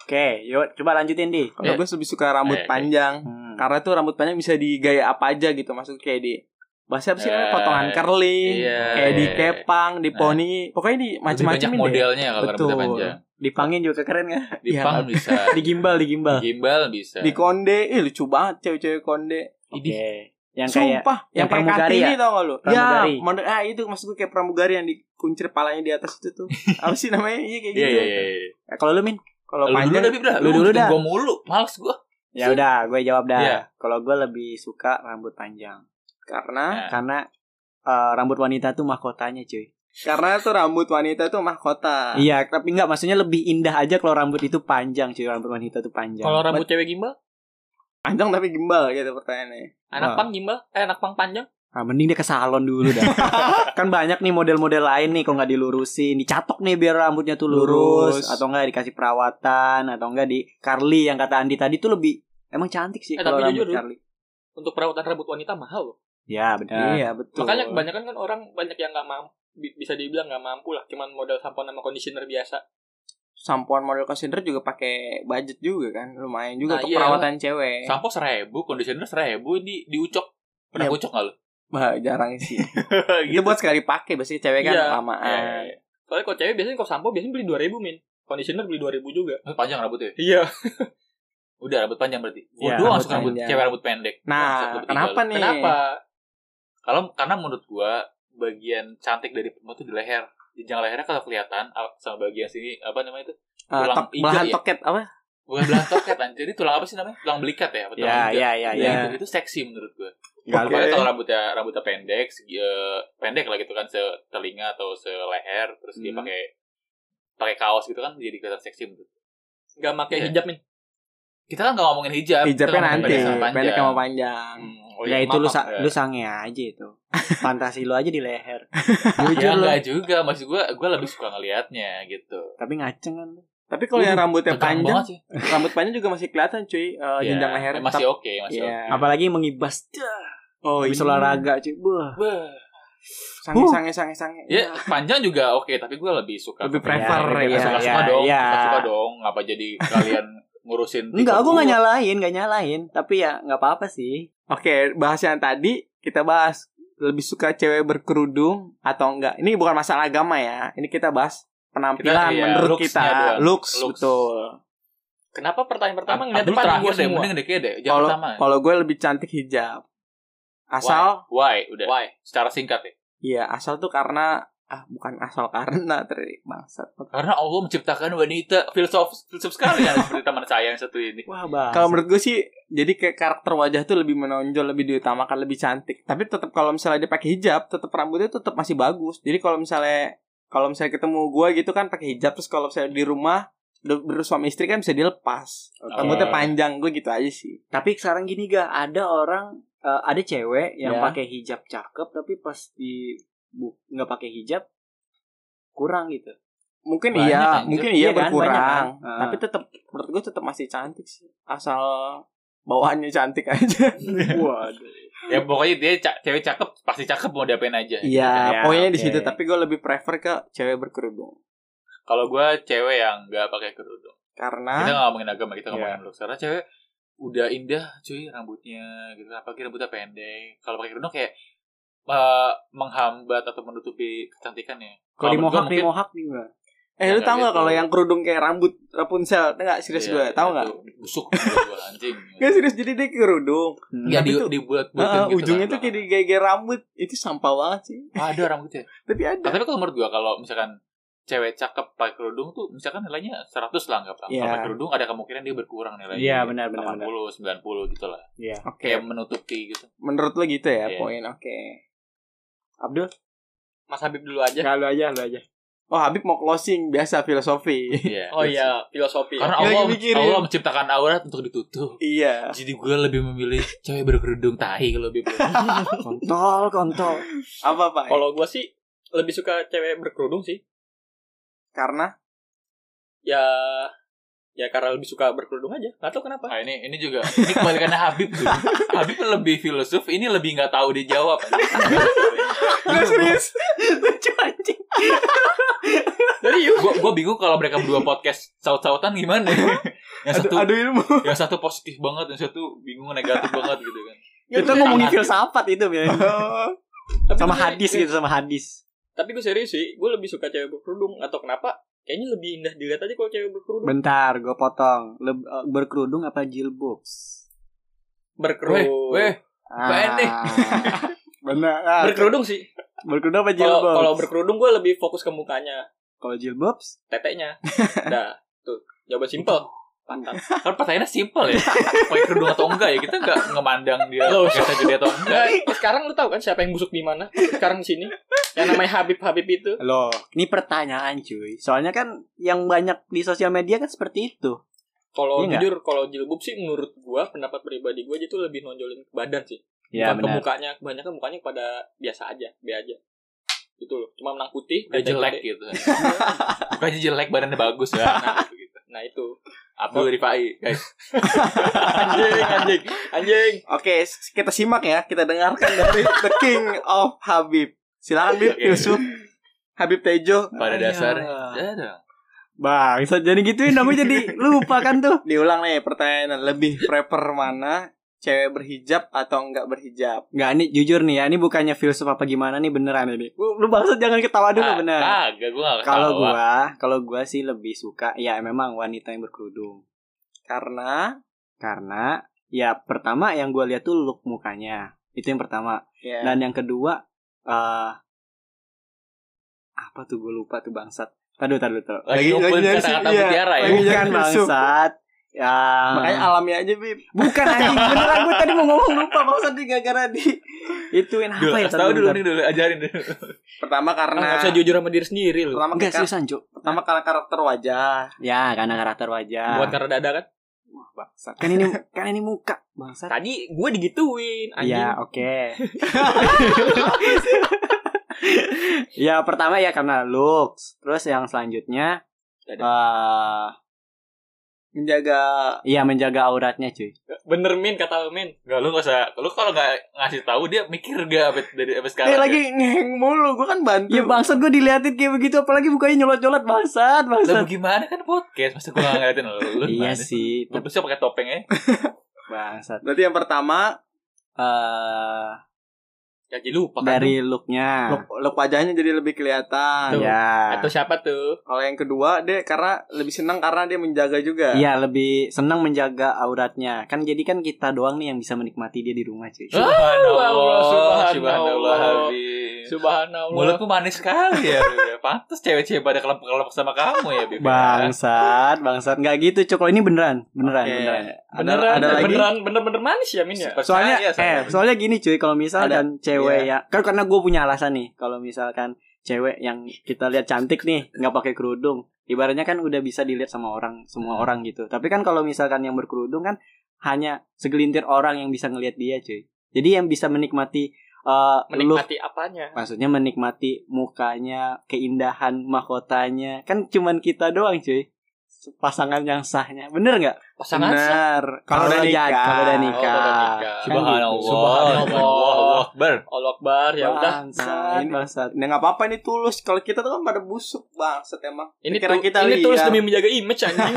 A: Oke, yuk coba lanjutin di.
B: kalau
C: Iya.
B: gue lebih suka rambut
C: Iya, iya.
B: panjang
A: Hmm.
B: karena tuh rambut panjang bisa digaya apa aja gitu maksudnya kayak di bahasa apa sih namanya
C: Eh,
B: potongan curling
C: Iya.
B: kayak di
C: Iya.
B: kepang di poni pokoknya di
C: Lebih
B: macam-macam
C: banyak
B: ini deh.
C: modelnya kalau rambutnya
B: Betul.
C: panjang.
A: Dipangin juga keren nggak?
C: Di
B: Iya.
C: pang bisa,
A: Digimbal, digimbal.
C: di gimbal bisa.
B: di konde ih lucu banget cewek-cewek konde
A: Oke.
C: Ini
A: Yang kayak
B: Sumpah,
A: yang
B: yang, kayak
A: pramugari
B: Kartini
A: ya?
B: tau gak lu?
A: Pramugari.
B: Ya, model, ah itu maksud gue kayak pramugari yang dikuncir palanya di atas itu tuh. Apa sih namanya? Iya kayak gitu.
C: Iya iya iya. iya.
A: Eh, kalau lu min?
B: Kalau
C: Lu dulu
B: panjang
C: dah, Bib, dah. Lu
A: Lu dulu
C: ngikutin
A: dah.
C: Gua mulu, males gua.
A: Ya udah, gue jawab dah.
C: Iya.
A: Kalau gue lebih suka rambut panjang
B: karena
C: Nah.
A: karena eh, rambut wanita tuh mahkotanya cuy.
B: karena tuh rambut wanita tuh
C: Ah.
B: mahkota.
A: Iya, tapi nggak maksudnya lebih indah aja kalau rambut itu panjang cuy. Rambut wanita tuh
B: Ya,
A: panjang.
D: Kalau rambut cewek gimbal,
B: Panjang tapi gimbal gitu pertanyaannya.
D: anak
A: Wah.
D: pang gimbal, eh anak pang panjang.
A: Ah, mending dia ke salon dulu dah. kan banyak nih model-model lain nih kalau nggak dilurusin, dicatok nih biar rambutnya tuh lurus,
B: Lurus.
A: atau enggak dikasih perawatan atau enggak di curly yang kata Andi tadi tuh lebih emang cantik sih
D: Eh,
A: kalau
D: tapi
A: rambut
D: jujur,
A: curly.
D: Untuk perawatan rambut wanita mahal loh.
A: Ya, benar.
B: Iya, betul.
D: Makanya kebanyakan kan orang banyak yang nggak mampu bisa dibilang nggak mampu lah cuman modal sampo sama conditioner biasa
B: sampoan model consider juga pakai budget juga kan. Lumayan juga
D: Nah,
B: untuk
D: iya.
B: perawatan cewek.
C: Sampo Nah, seribu, conditioner seribu di diucok. Pernah
B: Iya.
C: ucok gak lu?
B: Bah, jarang sih. Itu buat sekali pakai biasanya cewek kan
D: Iya.
B: lamaan.
C: Iya, iya, iya.
D: soalnya kalau cewek biasanya kalau sampo biasanya beli 2000 min conditioner beli 2000 juga
B: Eh.
C: Tapi Eh, panjang rambutnya.
D: iya
C: Udah rambut panjang berarti. Gua
A: Iya,
C: doang
B: rambut
C: suka rambut
B: panjang.
C: cewek rambut pendek. Bangsat,
B: Nah,
C: lu bertiga
B: kenapa
C: lu.
B: nih?
D: kenapa
C: Kalau karena menurut gua bagian cantik dari perempuan itu di leher. Jenjang lehernya kalau kelihatan al- sama bagian sini apa namanya itu?
B: Eh,
C: Tulang
B: tok,
C: ijo
B: belahan
C: ya?
B: toket apa?
C: Bukan tulang toket anjir, Ini tulang apa sih namanya? Tulang belikat ya, apa tulang
A: Ya, ya,
C: ijo?
A: ya,
C: Iya,
A: ya.
B: Iya.
C: Itu, itu seksi menurut gua.
A: Nggak
B: Oke.
C: Apalagi kalau rambutnya rambutnya pendek, segi- eh, pendek lah gitu kan se telinga atau seleher terus dia
B: Hmm.
C: pakai pakai kaos gitu kan jadi kelihatan seksi menurut gua.
D: nggak pakai
B: Eh.
C: Iya.
D: hijab min
C: Kita kan nggak ngomongin hijab. kita
B: Hijabnya
C: ngomongin
B: nanti,
C: pendek sama panjang.
B: pendek sama panjang.
C: Hmm, oh
A: ya
C: iya,
A: itu lu
C: maaf,
A: sa-
C: ya.
A: lu sange aja itu. Fantasi lu aja di leher.
C: Ya
B: Jujur loh.
C: enggak juga, maksud gue gue lebih suka ngelihatnya gitu.
A: Tapi ngaceng kan lu.
B: Tapi kalau
C: Iya.
B: yang rambutnya
C: Tegang
B: panjang,
C: banget sih.
B: rambut panjang juga masih kelihatan cuy, eh,
C: Ya,
B: jenjang leher.
C: masih oke, masih
B: Iya.
C: oke.
A: Apalagi mengibas. Dah,
B: Oh,
A: Habis olahraga cuy. Buah.
C: Bah.
B: Sange sange sange sange.
C: Ya, panjang juga oke, tapi gue lebih suka
B: Lebih
C: pakai-
B: prefer,
C: lebih
B: ya.
C: suka-suka
A: Ya,
C: dong,
A: ya.
C: suka-suka dong. Ngapa jadi kalian ngurusin
A: Enggak,
C: tipe
A: aku nggak
C: gua?
A: nyalain, nggak nyalain. Tapi ya nggak apa-apa sih.
B: Oke, bahas yang tadi kita bahas lebih suka cewek berkerudung atau enggak. Ini bukan masalah agama ya. Ini kita bahas penampilan
C: Kita, iya,
B: menurut
C: looks-nya
B: kita.
C: doang.
B: Looks,
C: Looks.
B: betul.
D: kenapa pertanyaan
B: Ah,
D: pertama
C: Ab-
D: ngeliat
C: Abdul
D: depan
C: terakhir
D: gua
C: deh,
D: semua
C: mending deh kayak deh. Yang
B: Kalau
C: pertama.
B: kalau gue lebih cantik hijab. Asal
C: Why? Udah.
D: why
C: Secara singkat ya.
B: iya, asal tuh karena ah bukan asal karena teri bangsat.
C: Karena Allah menciptakan wanita filsuf filsuf sekali ya seperti teman saya yang satu ini.
A: Wah, bah.
B: Kalau menurut gue sih jadi kayak karakter wajah tuh lebih menonjol, lebih diutamakan, lebih cantik. Tapi tetap kalau misalnya dia pakai hijab, tetap rambutnya tetap masih bagus. Jadi kalau misalnya kalau misalnya ketemu gue gitu kan pakai hijab terus kalau misalnya di rumah ber- bersuami istri kan bisa dilepas. Rambutnya
C: Oke.
B: panjang gue gitu aja sih.
A: Tapi sekarang gini ga ada orang eh, ada cewek yang
B: Ya.
A: pakai hijab cakep tapi pas di bu- nggak pakai hijab kurang gitu.
B: Mungkin
C: Banyak
B: iya,
C: anjir.
B: mungkin iya,
A: Iya kan,
B: berkurang.
A: banyak kan?
B: Tapi tetap menurut gue tetap masih cantik sih. Asal bawaannya cantik aja.
A: Waduh.
C: Ya pokoknya dia ca- cewek cakep pasti cakep mau diapain aja.
A: Iya,
C: Ya,
B: Iya, pokoknya di
A: oke.
B: situ tapi gue lebih prefer ke cewek berkerudung.
C: Kalau gue cewek yang nggak pakai kerudung. kita
B: Karena
C: nggak ngomongin agama kita
D: Iya.
C: ngomongin looks karena cewek udah indah cuy rambutnya gitu apalagi rambutnya pendek kalau pakai kerudung kayak eh, menghambat atau menutupi kecantikannya
A: Kalau di
C: menurut gua
A: mohak di
C: mungkin-
A: mohak nih Mbak.
B: eh lu
C: Ya,
B: tau
C: nggak
B: gak kalau
C: gitu.
B: yang kerudung kayak rambut Rapunzel? Enggak serius
C: Iya,
B: gue, tau
C: itu
B: gak?
C: busuk menurut gua anjing
B: Gak serius jadi dia kerudung.
C: ya
B: Tapi
C: di gitu
B: tuh-
C: dibuat
B: Ah, ujungnya tuh kayak digaya rambut. Itu sampah banget sih.
C: ada rambutnya
B: Tapi ada.
C: Nah, tapi kalau menurut gua kalau misalkan cewek cakep pakai kerudung tuh misalkan nilainya 100 lah nggak apa
B: Iya.
C: pakai kerudung ada kemungkinan dia berkurang nilainya
A: Iya, benar, benar,
C: 80 90 gitu lah
A: Iya.
B: Oke,
C: kayak menutupi gitu
B: menurut lo gitu ya
C: Iya.
B: poin. Oke.
A: Abdul,
D: mas Habib dulu aja
A: Ya, lu aja, lu aja.
B: Oh, Habib mau closing biasa filosofi.
C: Iya.
D: oh iya filosofi
C: Karena
B: Lagi
C: Allah,
B: mikirin.
C: Allah menciptakan aurat untuk ditutup.
B: iya.
C: Jadi gue lebih memilih cewek berkerudung tahi kalau lebih
A: Kontol, kontol.
B: Apa Pak?
D: kalau gua sih lebih suka cewek berkerudung sih
B: Karena
D: ya ya karena lebih suka berkerudung aja nggak tahu kenapa
C: Nah, ini ini juga ini kebalikannya Habib tuh. Habib lebih filosof, ini lebih nggak tahu dia jawab.
B: serius
A: Lucu anjing.
C: Gue gue bingung kalau mereka berdua podcast saut-sautan gimana? Yang satu
B: aduh ilmu
C: yang satu positif banget, yang satu bingung negatif banget gitu kan.
A: Kita ngomongin filsafat itu Bil.
D: tapi
A: sama
D: gua-
A: hadis gitu sama hadis.
D: tapi gue serius sih gue lebih suka cewek berkerudung atau kenapa kayaknya lebih indah dilihat aja kalau cewek berkerudung
A: Bentar, gue potong. Leb- eh, berkerudung apa jilbab?
C: Weh,
D: berkerudung
C: weh, Apaan nih?
A: Benar. ah,
D: berkerudung sih
A: berkerudung apa
D: kalau
A: jilbab?
D: kalau berkerudung gue lebih fokus ke mukanya
A: Kalau jilbab?
D: teteknya dah tuh jawaban simple pantat
C: kan pertanyaannya simpel ya. Pakai kerudung atau enggak ya? Kita nggak ngemandang dia
D: Loh.
C: biasa gede atau enggak.
D: Nah, sekarang lu tahu kan siapa yang busuk di mana? Sekarang di sini. Yang namanya Habib Habib itu.
A: Loh, ini pertanyaan cuy. Soalnya kan yang banyak di sosial media kan seperti itu. Iya
D: Kalau
A: nggak?
D: jujur kalau jilbab sih menurut gua pendapat pribadi gua aja tuh lebih nonjolin ke badan sih.
A: Ya
D: Bukan ke
A: benar.
D: mukanya, kebanyakan mukanya pada biasa aja, be aja. Gitu loh. Cuma menang putih, Iya,
C: Udah
D: tetek
C: jelek
D: gede.
C: gitu. Bukannya jelek badannya bagus ya. Nah, gitu.
D: Nah, itu.
C: Abdul Rifai, guys.
D: Anjing, anjing, anjing.
B: Oke, s- kita simak ya, kita dengarkan dari The King of Habib. Silakan Bib
C: Oke.
B: Yusuf. Habib Tejo
C: Pada
A: Iya.
C: dasarnya. Ya, dong.
A: Bang, bisa jadi gituin namanya jadi lupa kan tuh.
B: diulang nih pertanyaan lebih prefer mana cewek berhijab atau enggak berhijab?
A: Enggak, ini jujur nih ya, ini bukannya filsuf apa gimana nih beneran ini. Lu, lu maksud jangan ketawa dulu
C: Ah,
A: bener.
C: Kagak, gue gak
A: Kalau
C: ketawa.
A: gua, kalau gua sih lebih suka ya memang wanita yang berkerudung.
B: Karena
A: Karena ya pertama yang gua lihat tuh look mukanya. Itu yang pertama.
B: ya,
A: Dan yang kedua eh apa tuh gue lupa tuh bangsat. Tadu tadu tadu.
C: Lagi
B: Lagi-
C: ngumpulin
B: lagi nyari sih,
C: kata-kata
B: Oh, iya.
C: mutiara ya.
B: Lagi-
A: Bukan bangsat. Ya,
B: makanya ah, alami aja Bib.
A: bukan anjing. Beneran gue tadi mau ngomong lupa bangsat di gara-gara di ituin apa
C: Dulu,
A: ya
C: kasih tahu dulu nih
A: bentar.
C: dulu, ajarin dulu.
B: Pertama
D: Karena
B: karena
D: nggak usah jujur sama diri sendiri loh.
B: pertama,
A: Enggak
B: ke-
A: seriusan, Cuk.
B: pertama karena karakter wajah.
A: Ya, karena karakter wajah.
D: Buat karena dada kan.
B: Wah, bangsat.
A: kan ini kan ini muka bangsat.
D: Tadi gua digituin, anjing.
A: Ya, oke. ya, pertama ya karena looks. Terus yang selanjutnya
D: Dadah.
A: eh
B: Menjaga
A: Iya menjaga auratnya cuy.
D: Bener min kata lu, min.
C: Enggak, lu gak usah. Lu kalau gak ngasih tahu dia mikir gak sampai dari sampai sekarang. ya.
B: Eh lagi ngeheng mulu, gua kan bantu.
A: Ya bangsat gue diliatin kayak begitu apalagi mukanya nyolot-nyolot bangsat
C: Lah
A: bangsat.
C: bagaimana kan podcast Masa gue gak ngeliatin lu Lu
A: iya
C: gimana?
A: sih,
C: Lu bisa pakai topeng ya
A: bangsat.
B: Berarti yang pertama
A: Eh
C: Ya,
D: Jadi lupa kan.
A: dari looknya.
B: look, look wajahnya jadi lebih kelihatan.
D: Tuh.
A: Ya.
D: Atau siapa tuh?
B: Kalau yang kedua dia karena lebih senang karena dia menjaga juga.
A: Iya lebih senang menjaga auratnya. Kan jadi kan kita doang nih yang bisa menikmati dia di rumah
D: Iya.
A: cuy.
C: Subhanallah
D: subhanallah.
C: Subhanallah Habib.
D: Subhanallah.
C: Mulutmu manis sekali ya Beb. Pantes cewek-cewek pada kelompok-kelompok sama kamu ya Bib
A: Bangsat, bangsat. Nggak gitu, Cuk. Kalau Ini beneran, beneran,
B: Oke.
A: beneran.
B: Ada-
D: Beneran,
B: ada lagi?
D: beneran, bener-bener manis ya min ya.
A: soalnya
C: Soalnya
A: eh soalnya gini cuy kalau misalkan cewek ya kan karena gue punya alasan nih kalau misalkan cewek yang kita lihat cantik nih nggak pakai kerudung ibaratnya kan udah bisa dilihat sama orang semua orang gitu tapi kan kalau misalkan yang berkerudung kan hanya segelintir orang yang bisa ngelihat dia cuy jadi yang bisa menikmati eh, look
D: Menikmati apanya?
A: maksudnya menikmati mukanya keindahan mahkotanya kan cuman kita doang cuy pasangan yang sahnya bener nggak
D: Pasangan sah.
B: Benar. Kalau udah
A: jad- kalau udah
B: nikah.
A: nikah,
D: Oh, udah nikah.
A: Kan gitu.
C: Subhanallah
D: Subhanallah.
C: Allahu Akbar
D: Allah Akbar ya udah.
A: Bangsat,
B: Nah,
A: bangsat.
B: Nah, nggak apa-apa ini tulus. Kalau kita tuh kan pada busuk bangsat emang.
D: Ini
B: Pikiran
D: tuh-
B: kita
D: ini
B: liar.
D: tulus demi menjaga image anjing.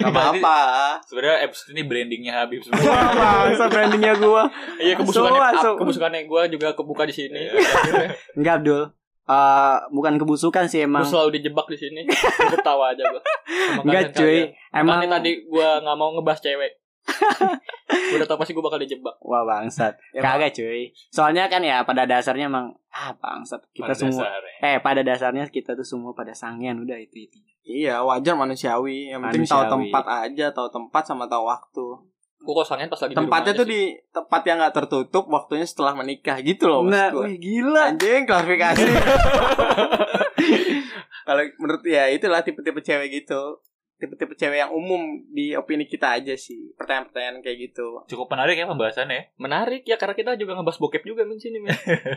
B: Nggak apa-apa.
C: Sebenarnya episode ini brandingnya Habib semua
A: Wah, bangsat brandingnya gua.
D: Iya kebusukannya
A: Asu, asu.
D: up, kebusukannya gue juga kebuka di sini.
C: Iya,
A: Iya.
C: ya.
A: Enggak, Abdul. Eh, bukan kebusukan sih
D: Gue
A: emang.
D: selalu dijebak di sini. Gua Ketawa aja gue.
A: Enggak, cuy. Emang
D: Emang tadi gue nggak mau ngebahas cewek. Gua udah tau pasti gue bakal dijebak.
A: wah bangsat.
B: Ya,
A: Kagak, cuy. Soalnya kan ya pada dasarnya emang ah bangsat kita
C: Pada
A: semua.
C: dasarnya.
A: Eh, pada dasarnya kita tuh semua pada sangean udah itu itu.
B: Iya, wajar manusiawi. Yang penting tahu
A: Manusiawi.
B: tempat aja, tahu tempat sama tahu waktu.
D: Gue kosongin pas lagi di
B: Tempatnya tuh
D: rumah aja
B: di tempat yang nggak tertutup, waktunya setelah menikah gitu loh.
A: Nah,
B: maksud
D: iya.
B: gua.
A: wih, gila.
B: Anjing klarifikasi. Kalau menurut ya itulah tipe-tipe cewek gitu. Tipe-tipe cewek yang umum di opini kita aja sih. Pertanyaan-pertanyaan kayak gitu.
C: Cukup menarik ya pembahasannya
D: sih. Menarik ya karena kita juga ngebahas bokep juga min sini min.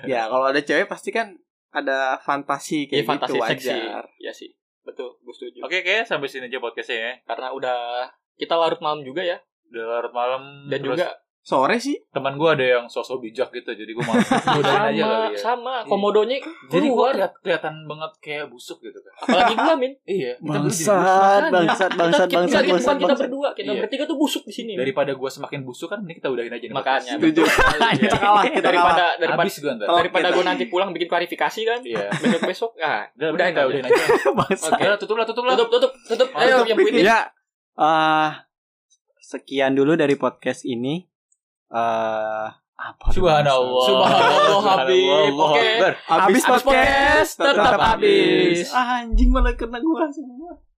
B: ya, kalau ada cewek pasti kan ada fantasi kayak
D: Iya
B: gitu
D: fantasi seksi.
B: wajar.
D: Iya sih. betul gue setuju
C: Oke, kayaknya sampai sini aja podcastnya ya.
D: karena udah kita larut malam juga ya
C: Udah larut malam.
D: dan
C: terus
D: juga
B: Sore sih.
C: teman gue ada yang sosok bijak gitu, jadi gue malas mudahin
D: sama
C: aja kali ya.
D: sama
C: Iya.
D: komodonya
C: Jadi gue
D: keluar
C: kelihatan banget kayak busuk gitu kan.
D: apalagi gua min
C: Iya. kita berdua jadi
A: Bangsat,
D: Makanya.
A: bangsat, bangsat,
D: kita,
A: bangsat,
D: kita, bukan
A: bangsat,
D: kita
A: bangsat.
D: berdua kita
C: Iya.
D: bertiga tuh busuk di sini
C: busuk. Daripada gue semakin busuk kan, ini kita udahin aja nih.
D: makanya Iya.
C: podcast.
B: Setuju.
A: Iya.
B: Kita kalah, kita kalah.
D: daripada daripada
C: Habis gue ntar.
B: Kalau
D: daripada
B: kita-
D: gue nanti pulang bikin klarifikasi kan
C: Iya.
D: besok besok ah
C: Udah, udah,
D: Udahin
C: kita
D: aja.
C: udahin aja.
A: Bangsat.
C: Udah, tutup lah, tutup lah.
D: tutup tutup tutup ayo
B: Tutup,
D: yang ini
B: Ya,
A: Eh, sekian dulu dari podcast ini. Eh, apa tuh?
C: Subhanallah.
D: Subhanallah, Habib.
C: Subhanallah,
D: Oke.
C: Akbar.
A: Habis
D: podcast,
A: podcast
D: tetap
A: tetap
D: habis.
A: habis. Ah, anjing malah kena gua semua.